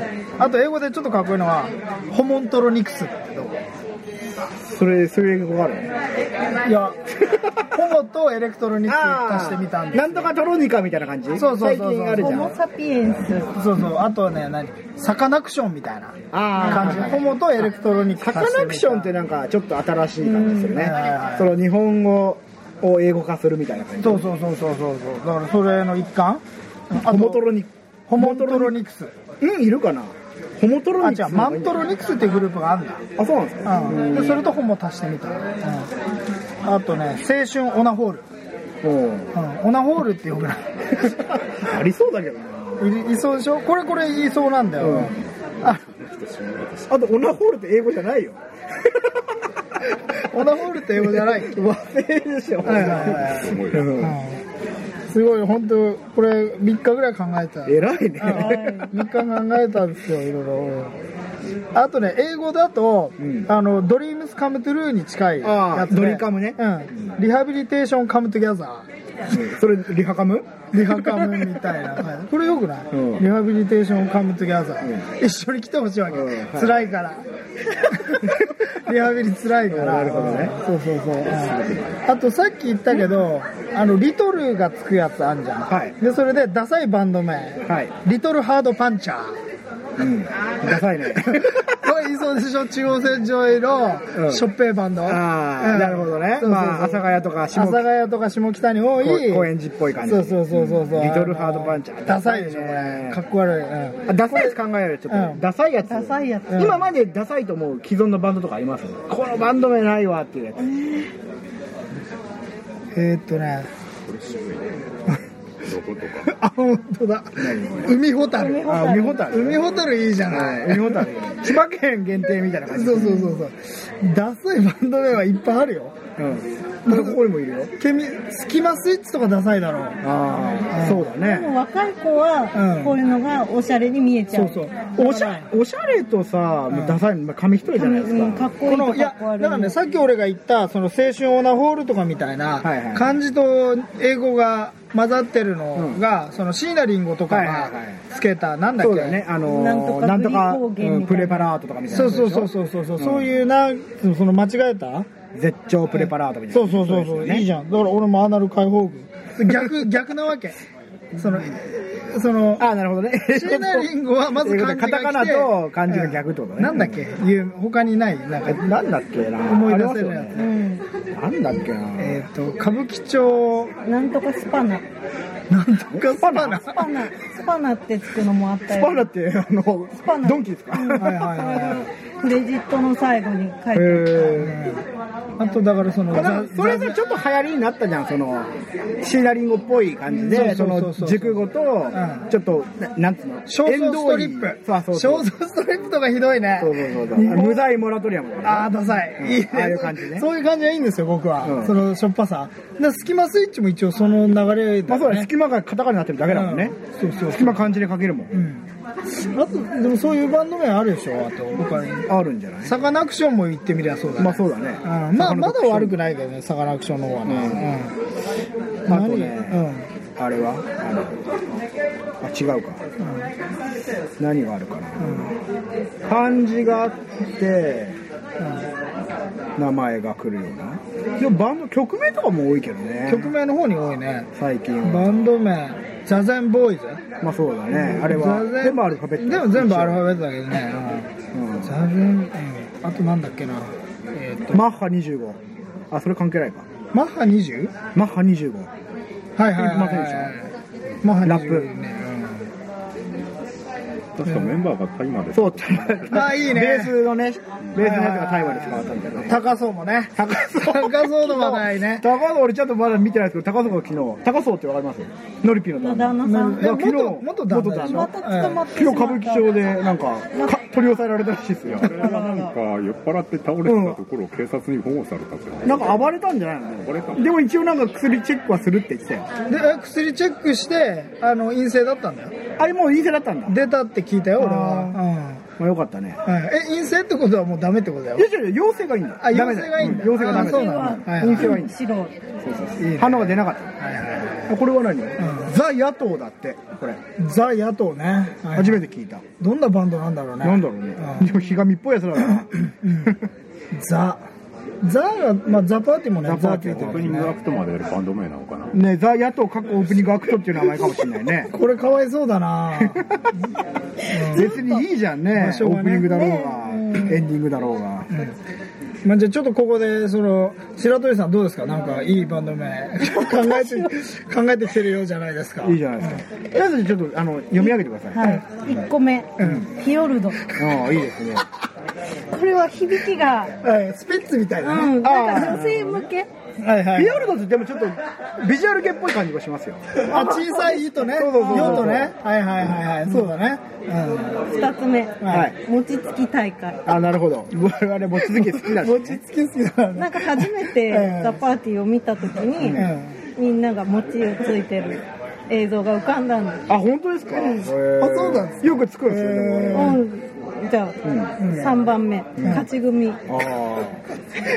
あと英語でちょっとかっこいいのはホモントロニクスってどう
それそういう英語があるの
いやホモとエレクトロニクス足してみたんで
なんとかトロニカみたいな感じ
そうそうそうそう
最近あるじ
ホ
ゃん
モサピエンス
そうそうあとはね何サカナクションみたいな
あー
感じホモとエレクトロニクス
サカナクションってなんかちょっと新しい感じですよ
うん
ね
はいはいはい。
その日本語を英語化するみたいな感じ。
そうそうそうそうそうそうだからそれの一環あ
ホモトロニ
ホモントロニクス
うん、いるかなホモトロ
あ
ニ
違う
ク
マントロニクスっていうグループがあるんだ
あ、そうなんですか
うん、でそれとホモ足してみた、うん、あとね青春オナホール、
うん。
うん、オナホールって呼ぶな
[laughs] ありそうだけどな。
いいそうでしょこれこれいそうなんだよ、あ
あと、オナホールって英語じゃないよ。
オナホールって英語じゃ [laughs] ないっけ
忘れでしょ。
はいはいはい
すごい。
うんすごい本当これ3日ぐらい考えた3
偉いね。
日考えたんですよいろいろうんあとね英語だと、
ん
あのドリームスカムトゥルーに近い
あー
やつで
ドリカムね
うん、リハビリテーションカムトゥギャザ
それ、リハカム
ーリハカムみたい
[laughs]
な感じこれよくない、
うん
リハビリテーションカムトゥギャザー、一緒に来てほしいわけ、
うんはい
辛いから
[laughs]
リハビリ辛いから
なるほどね
そうそうそう、あとさっき言ったけどあのリトルがつくやつあんじゃん、
はい
でそれでダサいバンド名、
はい。
リトルハードパンチャー
うん。ダサいね。
これ言いそうでしょ中央線上位
う
の
ん
しょっぺいバンド、
[laughs] あー
うん
なるほどねまあ阿佐ヶ谷とか下北
阿佐ヶ谷とか下北に多い
こ高円寺っぽい感じ
そうそうそうそうそう
リトルハードパンチャー
ダサいでしょこ
ダサいね
れかっこ悪い、うん
あダサいやつ考えられちょっ
うん
と。ダサいやつ。
ダサいやつ
今までダサいと思う既存のバンドとかありますこのバンド名ないわっていうやつ。
えーっとね
これ渋いね。どことか。
[laughs] あ本当だ海ホタル
あ、海ホタル。
海ホタルいいじゃない、
海ホタル。千葉県限定みたいな感じ。
そうそうそうそうダサいバンド名はいっぱいあるよ
うん。ここにもいるよ。
ケミスキマスイッチとかダサいだろう
ああ、そうだ
も
ね。
う若い子
うん
はこういうのがおしゃれに見えちゃう、
おしゃおしゃれとさ、もうダサい、まあ紙一重じゃないです
うんか
か
っ。こい
こ
いと
のい
か
や
っこ
だか
悪い
らねさっき俺が言ったその青春オーナーホールとかみたいな
はいはい
漢字と英語が混ざってるのが、その椎名林檎とか
は
が
いはいはい
つけたなんだっ
そう
け、
だよね。あのー、な
なんん
と
と
か
か
うんプレパラートとかみたいな
そ
や
う
つでし
そ
ょ。
うそうそうそうそう、
ん
そういうなその間違えた
絶頂プレパラートみたいな、
そうそうそうそう、
ですよね
いいじゃんだから俺もアナル解放
[laughs]
軍逆逆なわけそのその
ああなるほどね
椎名林檎はまず漢字が来て
カタカナと漢字が逆ってことね
なんだっけいう他にないなん
え
か
なんだっけな
思い出せるやつ
あり
う
ますよねな
ん。
んだっけな
えっ、と歌舞伎町
なんとかスパナ。
なんとかスパナ
スパナ、スパナってつくのもあった
ス
よ。
パナってあの
スパナ。
ドンキですか、
うん
はいはいはいはい
それがクレジットの最後に書いてある。
へ
あとだからその
えなんかそれがちょっと流行りになったじゃんそのシーナリンゴっぽい感じで
そ
そう
そうそう
の
そう
熟語と
ん
ちょっとななんつうの
肖像ストリッ
縁遠い
プ
そうそうそう
肖像ストリップとかひどいね
そうそうそうそう無罪モラトリアムとかね
ああダサい、
うん
いいね
ああいう感じ
[laughs]
ね
そういう感じがいいんですよ僕は、
うん
そのしょっぱさだからスキマスイッチも一応その流れ
ま
だ
あそ
よ
うだね
ね、
隙間がカタカナになってるだけだもんね、
うんそうそう
隙間漢字で書けるもん、
うん、あとでもそういうバンド名あるでしょあと他に
あるんじゃない
サカナクションも行ってみりゃそうだね、
まあそうだね
うんまあまだ悪くないけどねサカナクションの方はね、うん
あとね
何うん
あれはあのあ違うか、何があるかな、漢字があって、名前が来るようなでもバンド曲名とかも多いけどね
曲名の方に多いね
最近
バ
は
ンド名ザゼンボーイズ
まあそうだねあれ
ザ
は
ゼン
全部アルファベット
でも全部アルファベットだけどね、
うん
ザゼン、うん、あとなんだっけなえーっと
マッハ25あそれ関係ないか
マッハ 20?
マッハ25
はいはいはい、
マッハ
はい、マッハ20
ラップ
ね
確かメンバーがタイマーで
そう
[laughs] あいいね
ベースのねベースのやつがタイマーで使われたみたいな
う
ね
ん高そうもね
高そう
高そうの話題ね
高そう俺ちょっとまだ見てないですけど高そうが昨日高そうってわかりますノリピーの
旦
旦那
那さ
いや
ん。
昨日
元元旦那でしょ
また捕まってし
昨
まっ
日
た。
歌舞伎町でなんかか取り押さえられたらしいです [laughs] よ
あれはなんか酔っ払って倒れてたところを警察に保護されたってね
なんか暴れたんじゃない
暴れた
のでも一応なんか薬チェックはするって言ってたよ
でえ薬チェックしてあの陰性だったんだよ
あれもう陰性だったんだ
出たって聞いたよ俺
あ
は、
まあよかったね
うんはい、え陰性ってことはもうダメってことだよ
いやいやいや陽性がいいんだ
あ
ダメだよ
陽
う
性
ん陽性が
がいいんだ
ダメ
あ
だ
そうな
よ
んだ
陰性はいいんだ
白。
反応が出なかった
はいはいはい
あこれは何、ザ・野党だってこれ
ザ・野党ね、
初めて聞いた、
どんなバンドなんだろうね
なんだろうね、
うん
でもひがみっぽいやつだから
ザザが、まあ、ザパーティーもね
ザパーティー
ザ
オープニングアクトまでやるバンド名なのかな
ねザ・野党過去オープニングアクトっていう名前かもしれないね
これかわいそうだ
[laughs]
な
別にいいじゃんね,、
まあしょう
オ
が
ー
ね
プニングだろうが、エンディングだろうが、
まあじゃあちょっとここでその白鳥さんどうですかなんかいいバンド名
[laughs]
考えて考えてきてるようじゃないですか
いいじゃないですか、とりあえずちょっとあの読み上げてください、
はい。一個目。フィヨルド。
ああいいですね
これは響きが。
はいスピッツみたい
うん。
な
な
ね、
んか女性向け。
はいは
ビ
い
ヨルドってでもちょっとビジュアル系っぽい感じがしますよ
あ小さい「い」とね「よ」
そうそうそうそう
とねはいはいはいはいそうだね、
二つ目。
はい
餅つき大会。
あなるほど我々も続き好きだし、
うん、
ね
餅、つき好きだ
なん
ね
か初めて
うん
ザ・パーティーを見た時に、
う
みんなが餅をついてる映像が浮かんだんです、
あ本当ですか、へえ
あそうなんです
よくつくんですよ、でも
へ
俺
え
は
うん、じゃあ、3番目、勝ち組
あ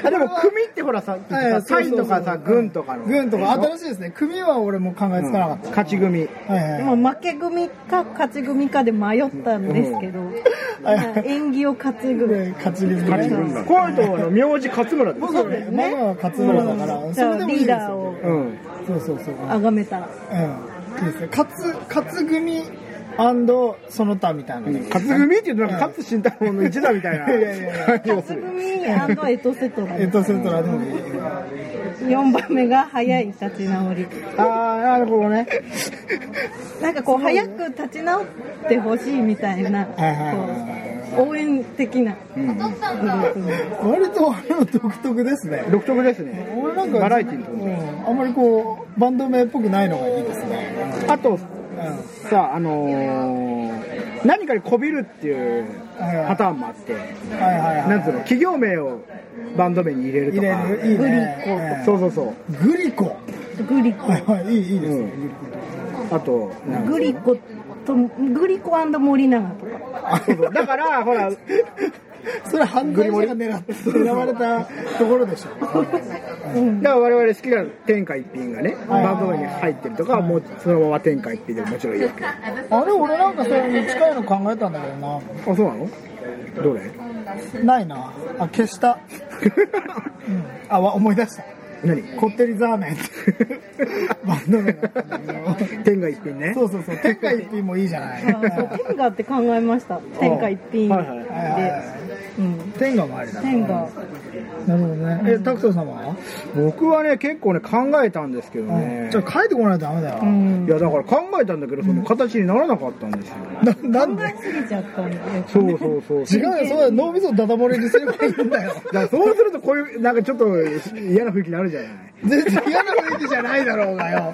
あでも組ってほらさ
はい
サイン
そうそうそ
とか
う
さ軍とかの
軍とか新しいですね組は俺も考えつかなかっ
勝ち組
た、はいはい
もう負け組か勝ち組かで迷ったんですけど、まあ縁起を担
で
ぐ
勝ち組
勝ち
ね
組だ
この人あの名字勝村です
そうですね
ママは勝村だから
うん
それでもいいですよ
じゃあリーダーを
うん
そうそうそう
あがめたら
うんいいですね勝勝組その他みたいなね、
勝組っていうとなんか勝慎太郎の一座みたいな
いやいやいや
感じがす
勝
る
組エト
[laughs]
セトラ
えっとセントラでもいい
4番目が早い立ち直り
ああなるほどね
なんかこう早く立ち直ってほしいみたいなこ
はいはいは
う応援的なグループの
割とあれは独特ですね
独特ですね
俺なんか
バラエティーに富ん
う
でる
ん、あんまりこうバンド名っぽくないのがいいですね、
あと
うん
さあのー何かにこびるっていうパターンもあって
はいはいはい
なんつうの企業名をバンド名に入れる
入
と
れ
か
るいいね
そうそうそう
グリコ
グリコ
はいはいいいいいですね、
あとなんか
グリコとグリコ森永とか
そうそうだからほら
それ犯罪者が狙って狙われたところでしょ
だから我々好きな天下一品がね、バンド名に入ってるとか、もうそのまま天下一品でもちろんいいわけ。あ、
あれ俺なんかそれに近いの考えたんだけどな
そうなのどれ
ないなあ消したあ、わ思い出した。
何
こってりザーメンっていうバンド名だったんだけど。
天が一品ね。
そうそうそう。天下一品もいいじゃない。
そう天下って考えました天下一品で、
はいはい
うん、
天下もあれだ。
天下
なるほどね。え、タクトさんは
僕はね、結構ね、考えたんですけどね
ち。ょっと書いてこないとダメだよ
う。ん
いや、だから考えたんだけど、その形にならなかったんですよ。
ななん
考
で
えすぎちゃったんで
そうそうそう。
違うよ、そうだよ。脳みそダダ漏れにすればいいんだよ。
だからそうするとこういう、なんかちょっと嫌な雰囲気になるじゃない。
全然嫌な雰囲気じゃないだろうがよ。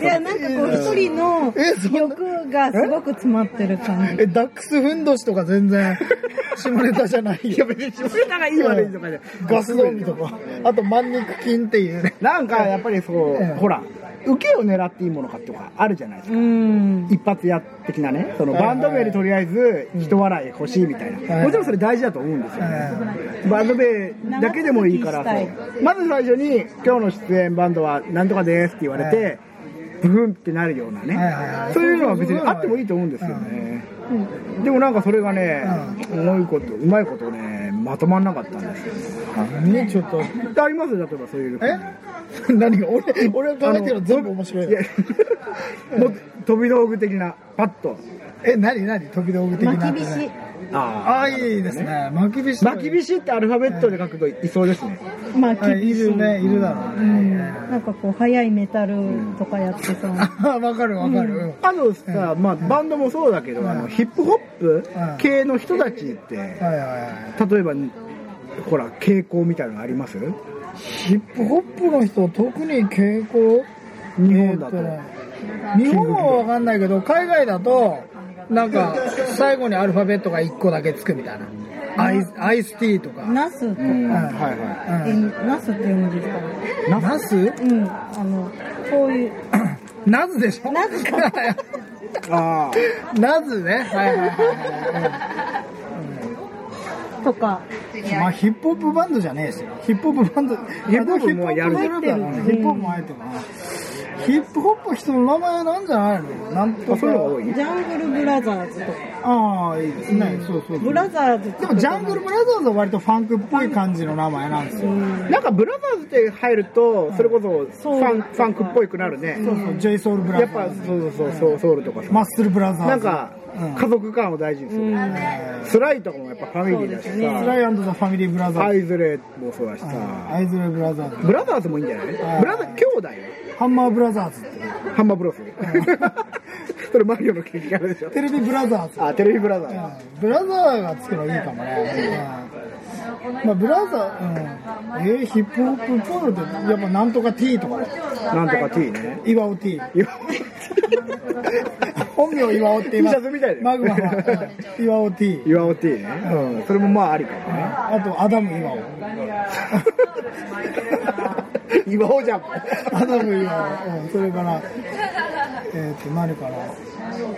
いやなんかこう一人の
えそんな
欲がすごく詰まってる感じ
え、ダックスフンドシとか全然、下ネタじゃないよ。
なんかいい悪いとかで。
ガスゾンビとか。あと、万肉筋っていうね。
なんかやっぱりそう、
ええ
ほら、受けを狙っていいものかとかあるじゃないですか。
うん
一発屋的なね、そのバンド名でとりあえず人笑い欲しいみたいな。
うん
もちろんそれ大事だと思うんですよね。バンド名だけでもいいから
長
そ
続き
う。まず最初に、今日の出演バンドはなんとかですって言われて、ブフンってなるような
はいはいは
ね
い。
そういうのは別にあってもいいと思うんですよね。でもなんかそれがね、うまいこと、うまいことね、まとまんなかったんですよ。
ね、ちょっと。
ってありますよ例えばそういうの。
え [laughs] 何が俺、俺が考えてるの全部面白い
いや
よ。、
[laughs] もう飛び道具的な、パッと。
え、何何飛び道具的な。
まきびし
あ
ああ、いいですね。まきびし。
あ。巻きびしってアルファベットで書くといそうですね。
まあ
あい
厳しい
るね、いるだろうね。
なんかこう速いメタルとかやってそうな
あわかるわかる。うん
あとさ、まあ、バンドもそうだけど、あの、ヒップホップ
ん
系の人たちって、例
はいはいはい。
えば、ほら、傾向みたいなのあります
ヒップホップの人、特に傾向
日本だと
えーと日本はわかんないけど、海外だと、なんか、最後にアルファベットが1個だけつくみたいな。アイス、アイスティーとか。
ナスとか、
うん
はい
はいは
う
え
ん
ナスって読むんですか
ナス
うんあのこういう
ナズでしょ
ナズか
い。ああ。
[laughs] ナズね。はいはいはいはい。
とか
まあ、ヒップホップバンドじゃねえし。ヒップホップバンド、ヒ
ップホップもやる
ヒップホップだろうねヒップホップも入ってるな。ヒップホップ人の名前なんじゃないのなんとか。
そういうのが多い
ジャングルブラザーズとか
ああ、いいですね。そうそうそう。
ブラザーズと
で
か
も、ジャングルブラザーズは割とファンクっぽい感じの名前なんですよ。
なんか、ブラザーズって入ると、それこそ、
う
ファン、ファンクっぽいくなるね。
そうそう、ジェイソウルブラ
や
ザ
っぱ、
ーズ。
そうそうそう、ソウルとかさ
マッスルブラザーズ。
なんか
うん、
家族感を大事にする。スライとかもやっぱファミリーだし
そうです
ス
さ、
ライアンドザ・ファミリーブラザ
ア
ーズ。
イズレもそうだしさ、
アイズレブラザーズ。
ブラザーズもいいんじゃないブラザー、兄弟
ハンマーブラザーズっていう。
ハンマーブ [laughs] ロス。それマリオの経験あるでしょ
テレビブラザーズ。
あ、テレビブラザー
うんブラザーがつけばいいかもね。うんまあ、ブラザー、うん、えーヒップホップポールって、やっぱなんとか T とかだよ、
ズ。なんとか T ね。
岩尾 T。
いや
本名岩尾って言います
シャツみたいだよ
マ
[laughs]
グマは、うん岩尾 T。
岩尾 T ね。うん。それもまあありかもね。
あと、アダム岩尾。
[laughs] 岩尾じゃん。
アダム岩尾。うん、それから、えっ、と、何かな。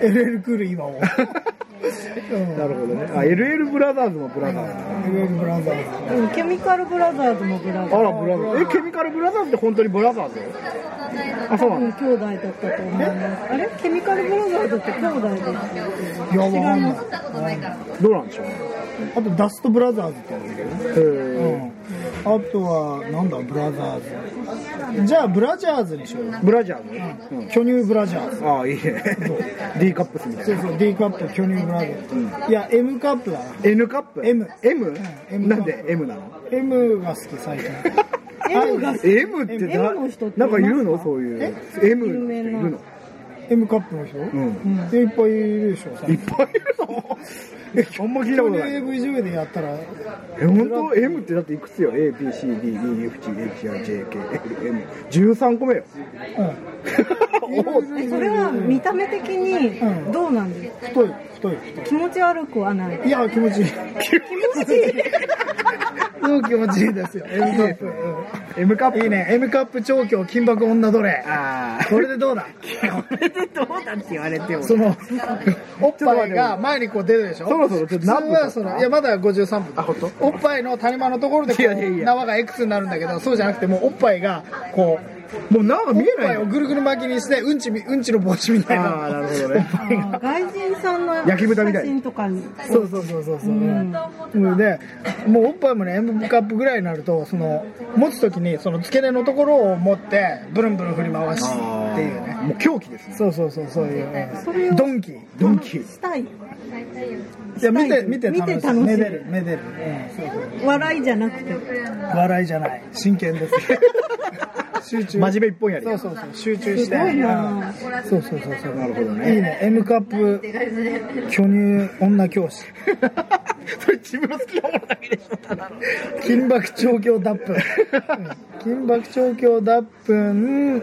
LL クール岩
[laughs]
尾。うん
なるほどね。あ、LL ブラザーズもブラザーズだね。
LL ブラザー
うんケミカルブラザーズもブラザーズ
あら、ブラザーズ。え、ケミカルブラザーズって本当にブラザーズあ、そうな
多
ん
分
だ。
兄弟だったと思いますあれケミカルブラザーズって兄弟です
ズ。いや、わかんない。
どうなんでしょうね。
あと、ダストブラザーズってあるんだけど。
へ
うんあとは、なんだ、ブラザーズ。じゃあ、ブラジャーズにしようよ。
ーブラジャーズ
巨乳ブラジャーズ。
ああ、いいね。D カップスみたい
そう
な。
そう、D カップ、巨乳ブラジャーズ。いや、M カップだな。
N カップ
M
M?
うん M
なんで M なの
M が好き、最近。 [laughs]
M が
?M ってな
M の人ってい
な
ますか
んかいるのそういう。M の人い
有名
る
な
の
M カップの人
ん
でいっぱいいるでしょ、最
いっ
近。
ぱいいるのえ、あんま聞いたこと
急に
ない。
AV 女優でやったら、
え、本当 ?M ってだっていくつよ ?A, B, C, D, E, F, G, H, I, J, K, L, M。13個目よ。お
えそれは見た目的にどうなんですか
太い、太い、太
気持ち悪くはない
い。いや、気持ちいい。
気持ちいい
超気持ちいいですよ、M カップ。
M カップ。
いいね、M カップ長距金箔女奴隷。
ああ。
これでどうだ
どうだって言われて [laughs] も。
その、おっぱいが前にこう出るでしょ
そろそろちょっと何分経った
普通はその、いや、まだ53分。
あ本当
おっぱいの谷間のところでこ、
いやいやいうや
縄が X になるんだけど、そうじゃなくてもうおっぱいが、こう、
もうなんか見え
おっ
な
ぱい
い
をぐるぐる巻きにして、うんちみ、うんちの帽子みたい
ああ
な。
なるほどね
あー外人さんの
焼き豚みたい
写真とかに
そうそうそうそうそう。うん、で、もうおっぱいもね、M カップぐらいになると、その、持つときに、その付け根のところを持って、ブルンブルン振り回すっていうね。
もう狂気ですね
そうそうそう、そういう。
それを
ドンキ。い
ドンキ
したい
や、見て、見て
見
楽
て
しい。
楽しい
めでる、めでる。うんそうそう
笑いじゃなくて
笑いじゃない。真剣です。集中。
真面目一本やり
そうそうそう、集中して。
すごいな
うんそうそうそうそう。
なるほど
いい
ね
ね、M カップ、巨乳女教師。
それ自分の好きなものだけでしょただの
金箔調教脱粉。金箔調教脱粉。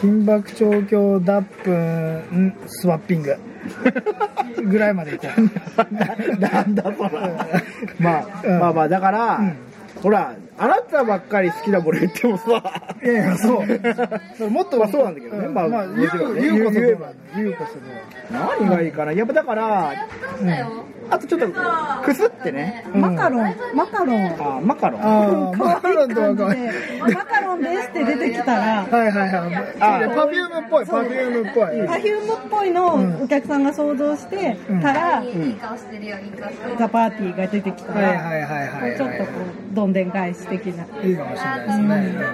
金箔調教脱粉、スワッピング。ぐらいまでいこう。
[laughs] なんだそらまあ、まあまあだから、ほらあなたばっかり好きなもの言ってもさ
いやいや、
[laughs]
そう。もっと、
まあそうなんだけどねま
ま
あ
あ、まあ、
も
言
ちろん
う、
ね
言うこそ
言え
で
ば
は、言うこそでは。
何がいいかなやっぱだから、あとちょっとくすってね
マカロンマカロン
あマカロンあ
ああ、マカロンとは
感
かわ
じ
いい。
でマカロンですって出てきたら
はいはいはい。あ
あ
パフュームっぽい、パフュームっぽい。
パフュームっぽいのをお客さんが想像してたら、
いい顔してるよ、いい顔してる。
ザ・パーティーが出てきた
はい
ら、
はいはいはい
ちょっとこうどんでん返し的ない
いかもしれないですね、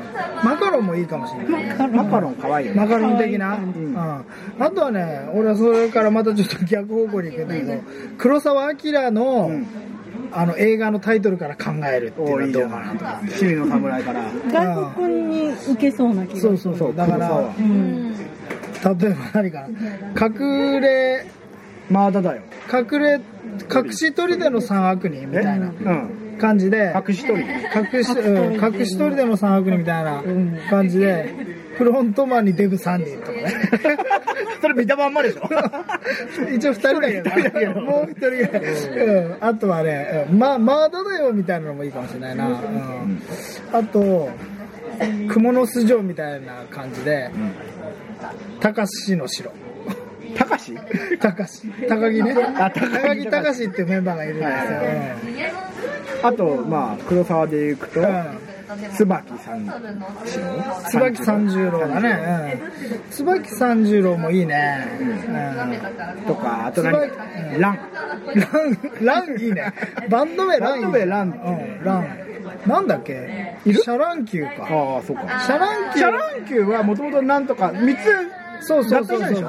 マカロンもいいかもしれない
マカロンかわいいよね
マカロン的な、
可愛い感じ
うん、あとはね俺はそれからまたちょっと逆方向に行くんだけど黒澤明の,、あの映画のタイトルから考えるっていうの
お
はい
い
ど
じ
う
ゃ
かな
な
と
い趣味の侍から
外国に受けそうな気が
そうそうそうだから
黒
うん、
例えば何かな隠れ
まあだだよ
隠れ隠し砦の三悪人み
え
たいうなん感じで
隠し
[laughs]
撮り
隠し,、うん、隠し撮りでも3悪人みたいな感じで、フロントマンにデブ3人とかね。
それ見たまん
[laughs]
までしょ
一応2人だけど、もう1人ぐらい。うん、あとはね、うんま、マーダだよみたいなのもいいかもしれないな。うん、あと、蜘蛛の巣城みたいな感じで、高志の城。
たかし
高志。高木ね。
あ高木
高木高志っていうメンバーがいるんですよ。
あとまあ黒沢でいくと、
うん
椿さん
椿三十郎だね、うん、椿三十郎もいいね、うん、
とかあと何
椿
ラン
ランランいいねバンド名ランいいね
バンド名ランって
うん、ランなんだっけシャランキューか
ああそうか
シャランキ
シ
ュ
ャ
ー
ランキューはもともとなんとか3つ
そうそうそう
だ
そう
ったでしょ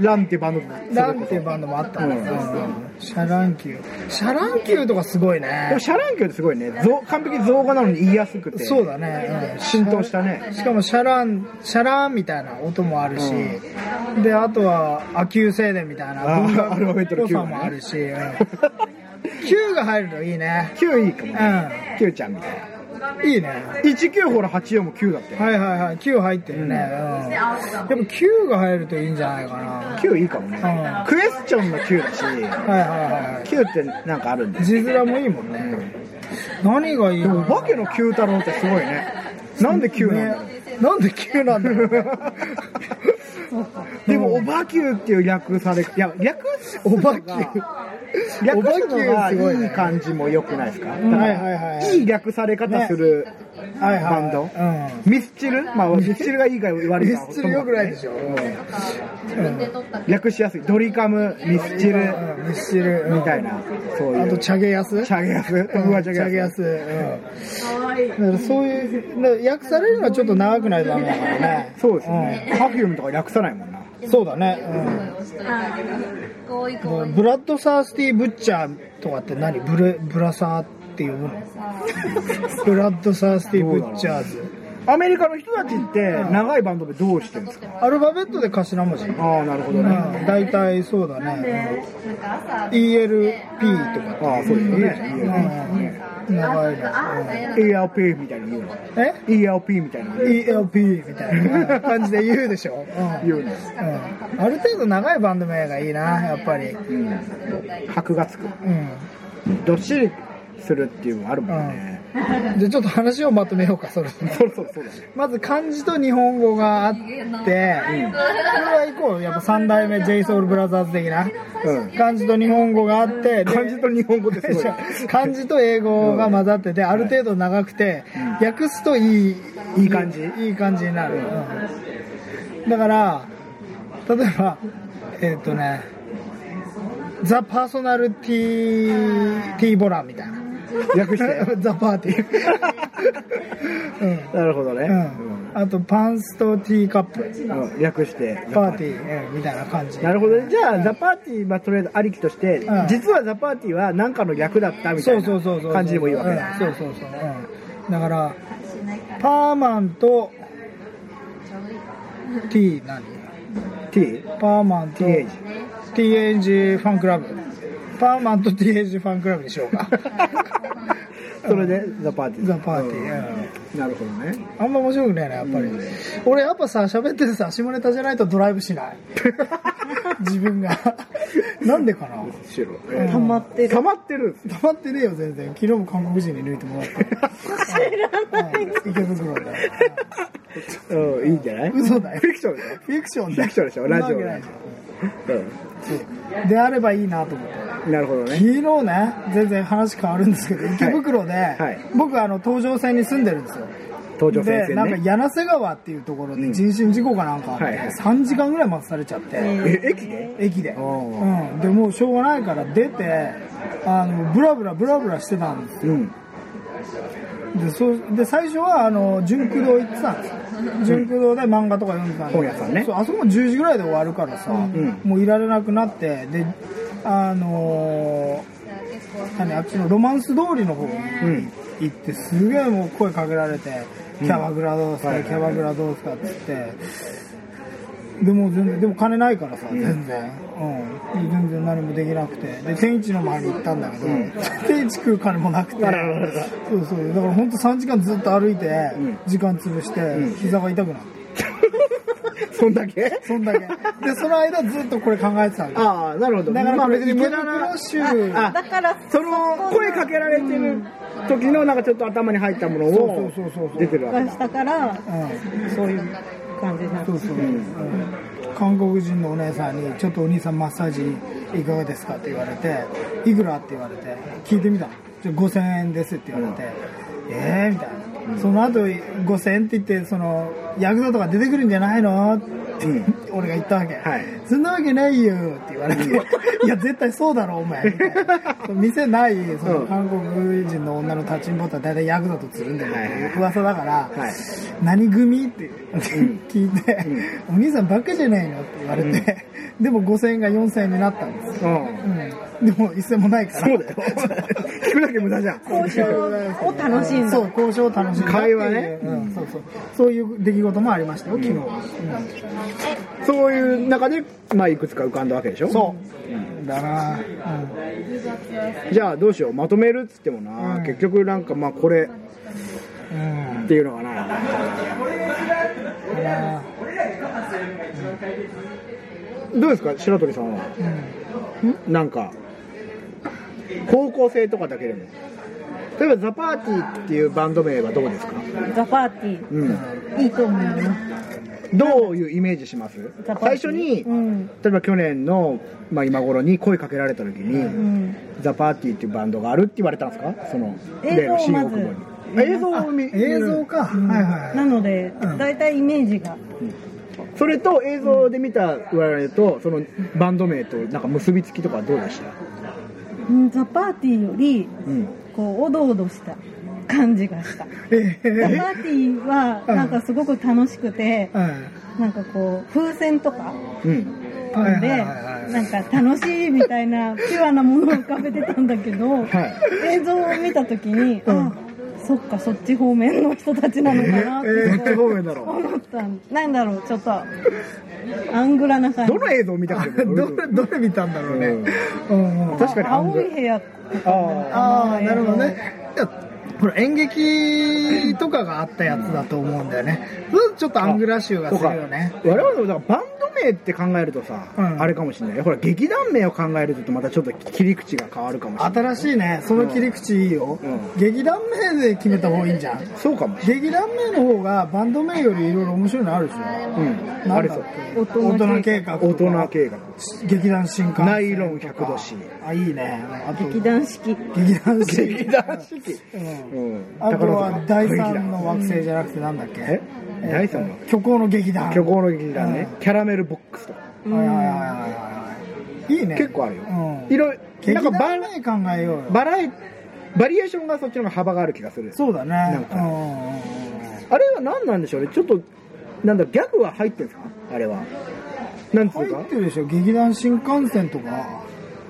ランっていうバンド
うん、ランっていうバンドもあったね、うん、シャランキューシャランキューとかすごい
で
ね
もシャランキューってすごいね造完璧に造語なのに言いやすくて
そうだね、うん、
浸透したね
しかもシャラン、シャラーンみたいな音もあるし、で、あとは、アキュー静電みたいな
あー
文化
アルファベットの
っぽ
Q
さ
がね
もあるし、うん Q が入るといいね。
9いいかも
う。
9ちゃんみたいなん
いいね。
19ほら84も9だって
はいはいはい、Q 入ってるね。うん。やっぱ Q が入るといいんじゃないかな。
9いいかもね
う
クエスチョンの9だし
はいはいはいは
9ってなんかあるんで
い。字面もいいもんね。何がいい
でも
の
お化けの9太郎ってすごいねなんで9なんだろう
ねなんで Q なんだろうね
[laughs] でも、おばきゅうっていう略され、いや、略
[laughs] おばきゅう
略すの
お
が
ばきゅうすごい
い
ね
い感じも良くないですか、
はいはいはい
い略され方する
はいはい。
バンド、
うん。
ミスチルまあ、ミスチルがいいか悪い
ミ
か。
スチル良くないでしょ。
略しやすい。ドリカム、ミスチ
う
ル、
んミスチル。うん
みたいな、そういう。
あと、チャゲヤス
チャゲヤス。
う
う
わ
わ、
チ
チ
ャ
ャ
ゲ
ゲ
ヤ
ヤス。
ス。うん。だからそういう、だから訳されるのはちょっと長くないとダメだからね。
そうですね。パフュームとか略さないもんな。
うん。そうだね。うん。ブラッドサースティー・ブッチャーとかって何ブレ、ブラサーって呼ぶ [laughs] のブラッドサースティー・ブッチャーズ。
アメリカの人たちって、長いバンドでどうしてるんですか
アルファベットで頭文字。うん。
ああ、なるほどね。
大体そうだね。うん ELP とかって。
ああ、そうですよ
うん
ね。
長いな。
ELP みたいなの言うの。
え
ELP みたいなの言うの
ELP みたいな感じで言うでしょ、うん
言うの。
うんある程度長いバンド名がいいなやっぱりうん
箔がつくどっしりするっていうのもあるもんね、
じゃあちょっと話をまとめようか、それ。
そうそうそうだね。
まず漢字と日本語があって、それは以降、やっぱ三代目 JSOULBROTHERS 的な、
うん
漢字と日本語があって、で
漢字と日本語ですごい。 [laughs]
漢字と英語が混ざってて、ある程度長くて、訳すといい、
いい感じ
いい感じになる。うんだから、例えば、えっ、とね、ザ・パーソナルティー、ティーボラーみたいな。
訳して。
ザ・パーティ
[laughs]
ー。うん
なるほどね。
うん、あとパンスとティーカップ
うん略して。
パーティー、うんみたいな感じ
なるほどね。じゃあ、ザ・パーティー、まあ、とりあえずありきとして、
うん
実はザ・パーティーは何かの略だったみた
そ
いう
そうそうそ
な
う
感じでもいいわけ
う
だ。
んそうそうそう、うん、だからパーマンとティー何
T?
パーマンと
TH
ティーエイジファンクラブパーマンとティーエイジファンクラブにしよう
[laughs]
か
それで、ザ・パーティー。
ザ・パーティー、うん
うんなるほどね。
あんま面白くないな、やっぱり。俺、やっぱさ、喋っててさ、下ネタじゃないとドライブし
[laughs]
ない。自分が。なんでかな
白。
溜まって
溜まってるんですよ。
溜まってねえよ、全然。昨日も韓国人に抜いてもらった。知
[laughs]
らない。池袋で。
うん、いいんじゃない
嘘だよ
フィクションでしょ
フィクション
フィクションでしょラジオ
で
で。
であればいいなと思って。
うん。なるほどね。
昨日ね、全然話変わるんですけど、池袋で、
はい
僕、あの、東上線に住んでるんですよ。
登場先
で、な
生
んか
ね。
柳瀬川っていうところ
う
で
ん
人身事故かなんかあって、
はいはい
3時間ぐらい待たされちゃって、
え、駅で
駅で、
お
うん、でもうしょうがないから出てあのブラブラブラブラしてたんです
うん。
でそうで最初はあの純駆動行ってたんですよ純駆動で漫画とか読んでたんで
本屋さんね
そうあそこも10時ぐらいで終わるからさ、
ん
もういられなくなってであのー何あっちのロマンス通りの方に
うん。
行ってすげえもう声かけられて「キャバクラどうすか、キャバクラどうすか」っつってでも全然でも金ないからさ全然、うん全然何もできなくてで天一の前に行ったんだけど、天一食う金もなくてそうそうだから本当3時間ずっと歩いて
ん
時間潰して膝が痛くなって
そんだけ
そんだけでその間ずっっとこれ考えてたんだ
ああ、なるほど。
だから
まあ
これ
別に無
池
駄な
袋。州
あ
だから、
その声かけられてる時のなんかちょっと頭に入ったものを
そうそうそうそう
出てるわけ
が
だ
し。たから、そういう感じになっ
そうそう、韓国人のお姉さんに「ちょっとお兄さんマッサージいかがですか?」って言われて「いくら?」って言われて聞いてみたの「じゃあ5000円です」って言われて「えー?」みたいな、その後5000円って言ってそのヤクザとか出てくるんじゃないのって、俺が言ったわけ、
はい
そんなわけないよって言われて、いや、絶対そうだろ、お前。みたいなそう店ない、その韓国人の女の立ちんぼって大体ヤクザとつるんでるっていう噂だから、
はい
何組って聞いて、お兄さんばっかじゃないのって言われて、でも5000円が4000円になったんですよ。
うん。
うんでも1000円もないから。
そうだよ。聞くだけ無駄じゃん。
交渉を楽しんだ
そう、交渉を楽しんだっていう
会話ね
うん、そうそう。そういう出来事もありましたよ、昨日。うん
そういう中で、まあ、いくつか浮かんだわけでしょ
そう。だなうん
じゃあ、どうしよう。まとめるっつってもな、
うん
結局なんか、まあ、これ
うん
っていうのがな、どうですか、白鳥さんは。なんか、方向性とかだけでも。例えば、ザ・パーティーっていうバンド名はどうですか
ザ・パーティ
うん。
ーいいと思います
どういうイメージします
ザパーティー
最初に、
うん
例えば去年の、まあ、今頃に声かけられた時に、
ん
ザ・パーティーっていうバンドがあるって言われたんですかその
映像を
例の新大
まず
久保に映像を見
映像か、はいはいは
ないので大体イメージが
それと映像で見た我々とそのバンド名となんか結びつきとかはどうでした、
うんザ・パーティーより
うん、
こうおどおどした感じがしたザ・パーティーはなんかすごく楽しくてなんかこう風船とか
うん、
飛んで
はいはいはいはい
なんか楽しいみたいなピュアなものを浮かべてたんだけど映像を見た時にあそっかそっち方面の人たちなのかなって
どっち方面だろ
思ったなんだろうちょっとアングラな感
う
じ
どの映像を見たかでも
どれどれ見たんだろうね、
うん
うんうん
確かにアングラ
青い部屋
ああ
ああなるほどねいやほら演劇とかがあったやつだと思うんだよね、そうするとちょっとアングラ集がす
と
る
か
よね
我々もだからバンド名って考えるとさ、
うん
あれかもしれないよほら劇団名を考えるとまたちょっと切り口が変わるかもしれない
新しいねその切り口いいよ、
うん
劇団名で決めた方がいいんじゃん
そうかもしれ
劇団名の方がバンド名よりいろいろ面白いのあるでしょ
ない、うん、
な
あ
ん
れ
だ
そ
っ
う
け
大人計
画
大人計画
劇団新幹線
ナイロン100度 C
あいいねあと
劇団式
劇団新
劇団四季、うん
あと
宝
は
塚
第三の惑星じゃなくてなんだっけ
え第三の
虚構の劇団
虚構の劇団ね、
う
キャラメルボックスとか、
はいはいはいはいはいいいね
結構あるよ、
うん
いろいろ
劇
なんかバ
団
ラ
名考えようよ
バラエバリエーションがそっちの方が幅がある気がする
そうだ
な
ね
ん
う
か
んうんうん
あれは何なんでしょうねちょっとなんだろうギャグは入ってんすかあれはなんつう
入
か
ってるでしょ劇団新幹線とか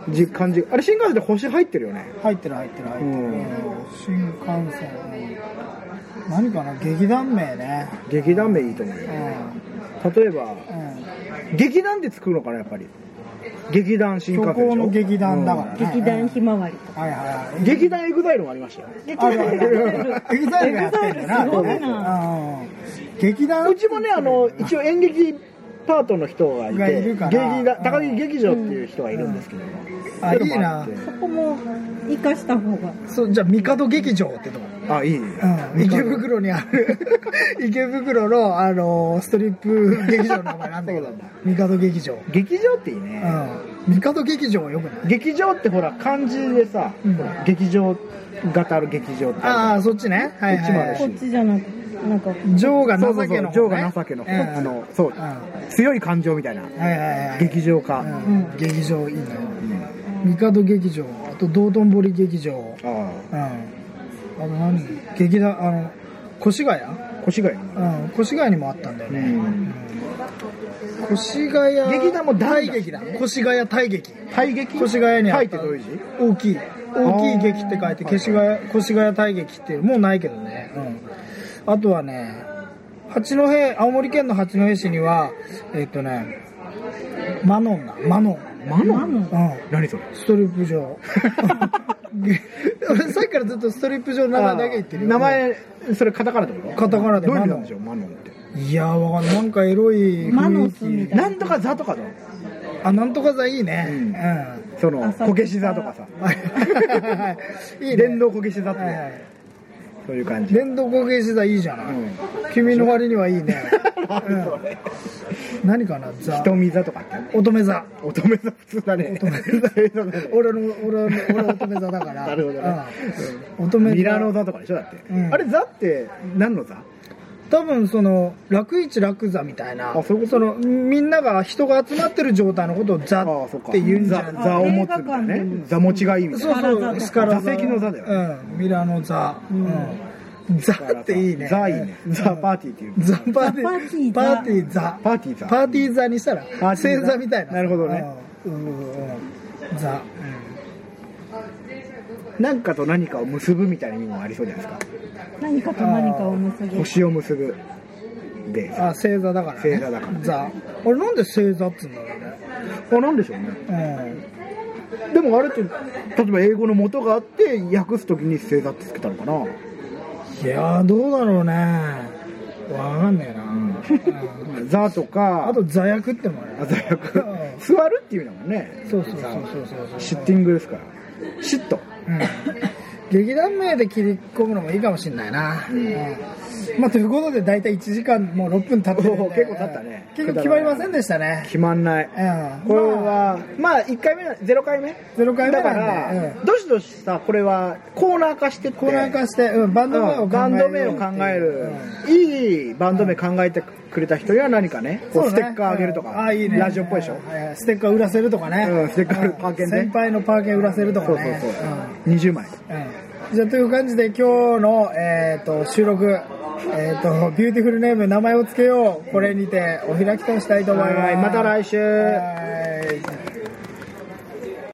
じ感じあれ新幹線で星入ってるよね
入ってる入ってる入ってる、
うん
新幹線、うん何かな劇団名ね
劇団名いいと思う
う
よ
ん
例えば
うん
劇団で作るのかなやっぱり劇団新幹
虚
線
構
でしょ
の劇団だからね、
劇団ひまわりとか
うんはいはい
うん劇団エグザイルもありましたよ
劇
あるあるエグザイルがやってんだな。
すごいな
うん劇団
うちもねあの一応演劇パートの人がい
が
て
いるから
劇団高木劇場っていう人がいるんですけども、
あいいな
そううのも
そこも生かした方が
そうじゃあ帝劇場ってとこ
あってあいい、
うん、池袋にある [laughs] 池袋の、あのーストリップ劇場の名前なんだけど
そうなん
帝劇場
劇場っていいうね、
ん帝劇場はよくない
劇場ってほら漢字でさ、
うん
ほら劇場型の劇場って
あ
あ
あそっちねはいはい、はい、
こ
こ
っ
っ
ち
ちじゃなくなんか
情が
る
情けの方
情が
ね
情けの方、
うん
あのそう、
う
強い感情みたいな、
はいはいはい
劇場化、
うん劇場いいね帝劇場あと道頓堀劇場う
あ
んあの何劇団あの越谷
あ越谷
う
の
ん越谷にもあったんだよね、
うん
越谷
劇団も大
大
劇
劇だ越谷大劇
大劇
越谷にあ
大
っ
って
た
どういう字
大きい大きい劇って書いて越谷越谷大劇っていうもうないけどね、うん、あとはね八戸青森県の八戸市にはえっ、とねマノンだマノン、
マノン
うん、
何それ
ストリップ
[laughs]
場 [laughs] 俺さっきからずっとストリップ場の名前だけ言ってるよ
名前それカタカナってこと
カタカナで
どういう意味
マ
な
ノ
ん
ン
でしょうマノンって
いやーわかんないなんかエロい
マ
雰
ノ
囲
スみ
気
たいな
なんとか座とかだ
あなんとか座いいね
う
うんん、
その
浅草
こけし座とかさ
はいいいね
電動こけし座って
はいはい
そういう感じ
電動工芸時代いいじゃない、
うん
君の割にはいい
[laughs]
ね、うん、何かなザ
瞳座とかって
乙女座
乙女座普通だね乙女座
俺の俺の俺は乙女座だから
[laughs] なるほどね
うん、乙女
ミラノ
座
座とかでしょだって、
うん
あれ座って何の座
多分その楽市楽座みたいな
あそういうこと
のみんなが人が集まってる状態のことを座
ああそっか
って言うんじゃ
座
ん
座を持つみたいな
映画館で
ね座持ちがいいみたい
そう
な
そう
ス
カラ座座席の座だ
よ、うん、ミラノ座、うん、座っていいね
座いいね座パーティーっていう
ザパーティー
パ
パ
ー
ー
テ
テ
ィ
ィーザ
パーティー座
パーティーザにした
パー
ら
ティー
正
座
座みたいな
なるほどね
うんうんうんうんザ
なんかと何かを結ぶみたいな意味もありそうじゃないですか
何かと何かを結ぶ
星を結ぶで座
あ正座だからね
正座だから
ザ俺なんで正座っつうんだろう
あなんでしょうね
ね
でもあれって例えば英語の元があって訳す時に正座ってつけたのかな
うんいやーどうだろうねわかんねえな、うん
座とか
あと座役ってもあ
あ
る
座役
うん
座るっていうのもね
そうそうそうそうそうそう
シッティングですからシット
うん劇団名で切り込むのもいいかもしれないな、うんまあということで大体1時間もう6分経ってるんで
おー結構経ったね
結構決まりませんでしたね
決まんない
うん
これはまあ1回目な0回目
0回目なんで
だから
う
どしどしさこれはコーナー化してって
コーナー化して、うん、バンド名を考える、
うんバンド名を考える、いいバンド名考えてくれた人には何かねこうステッカーあげるとか、
あいいね
ラジオっぽいでしょ、
はいはいステッカー売らせるとかね、
うんステッカー
うん
パーケンね
先輩のパーケン売らせるとか
そうそう
ね
そう、
うん
20枚
うんじゃあという感じで今日の、えー、と収録、えーと「ビューティフルネーム名前をつけよう」これにてお開きとしたいと思います。
はいまた来週
はい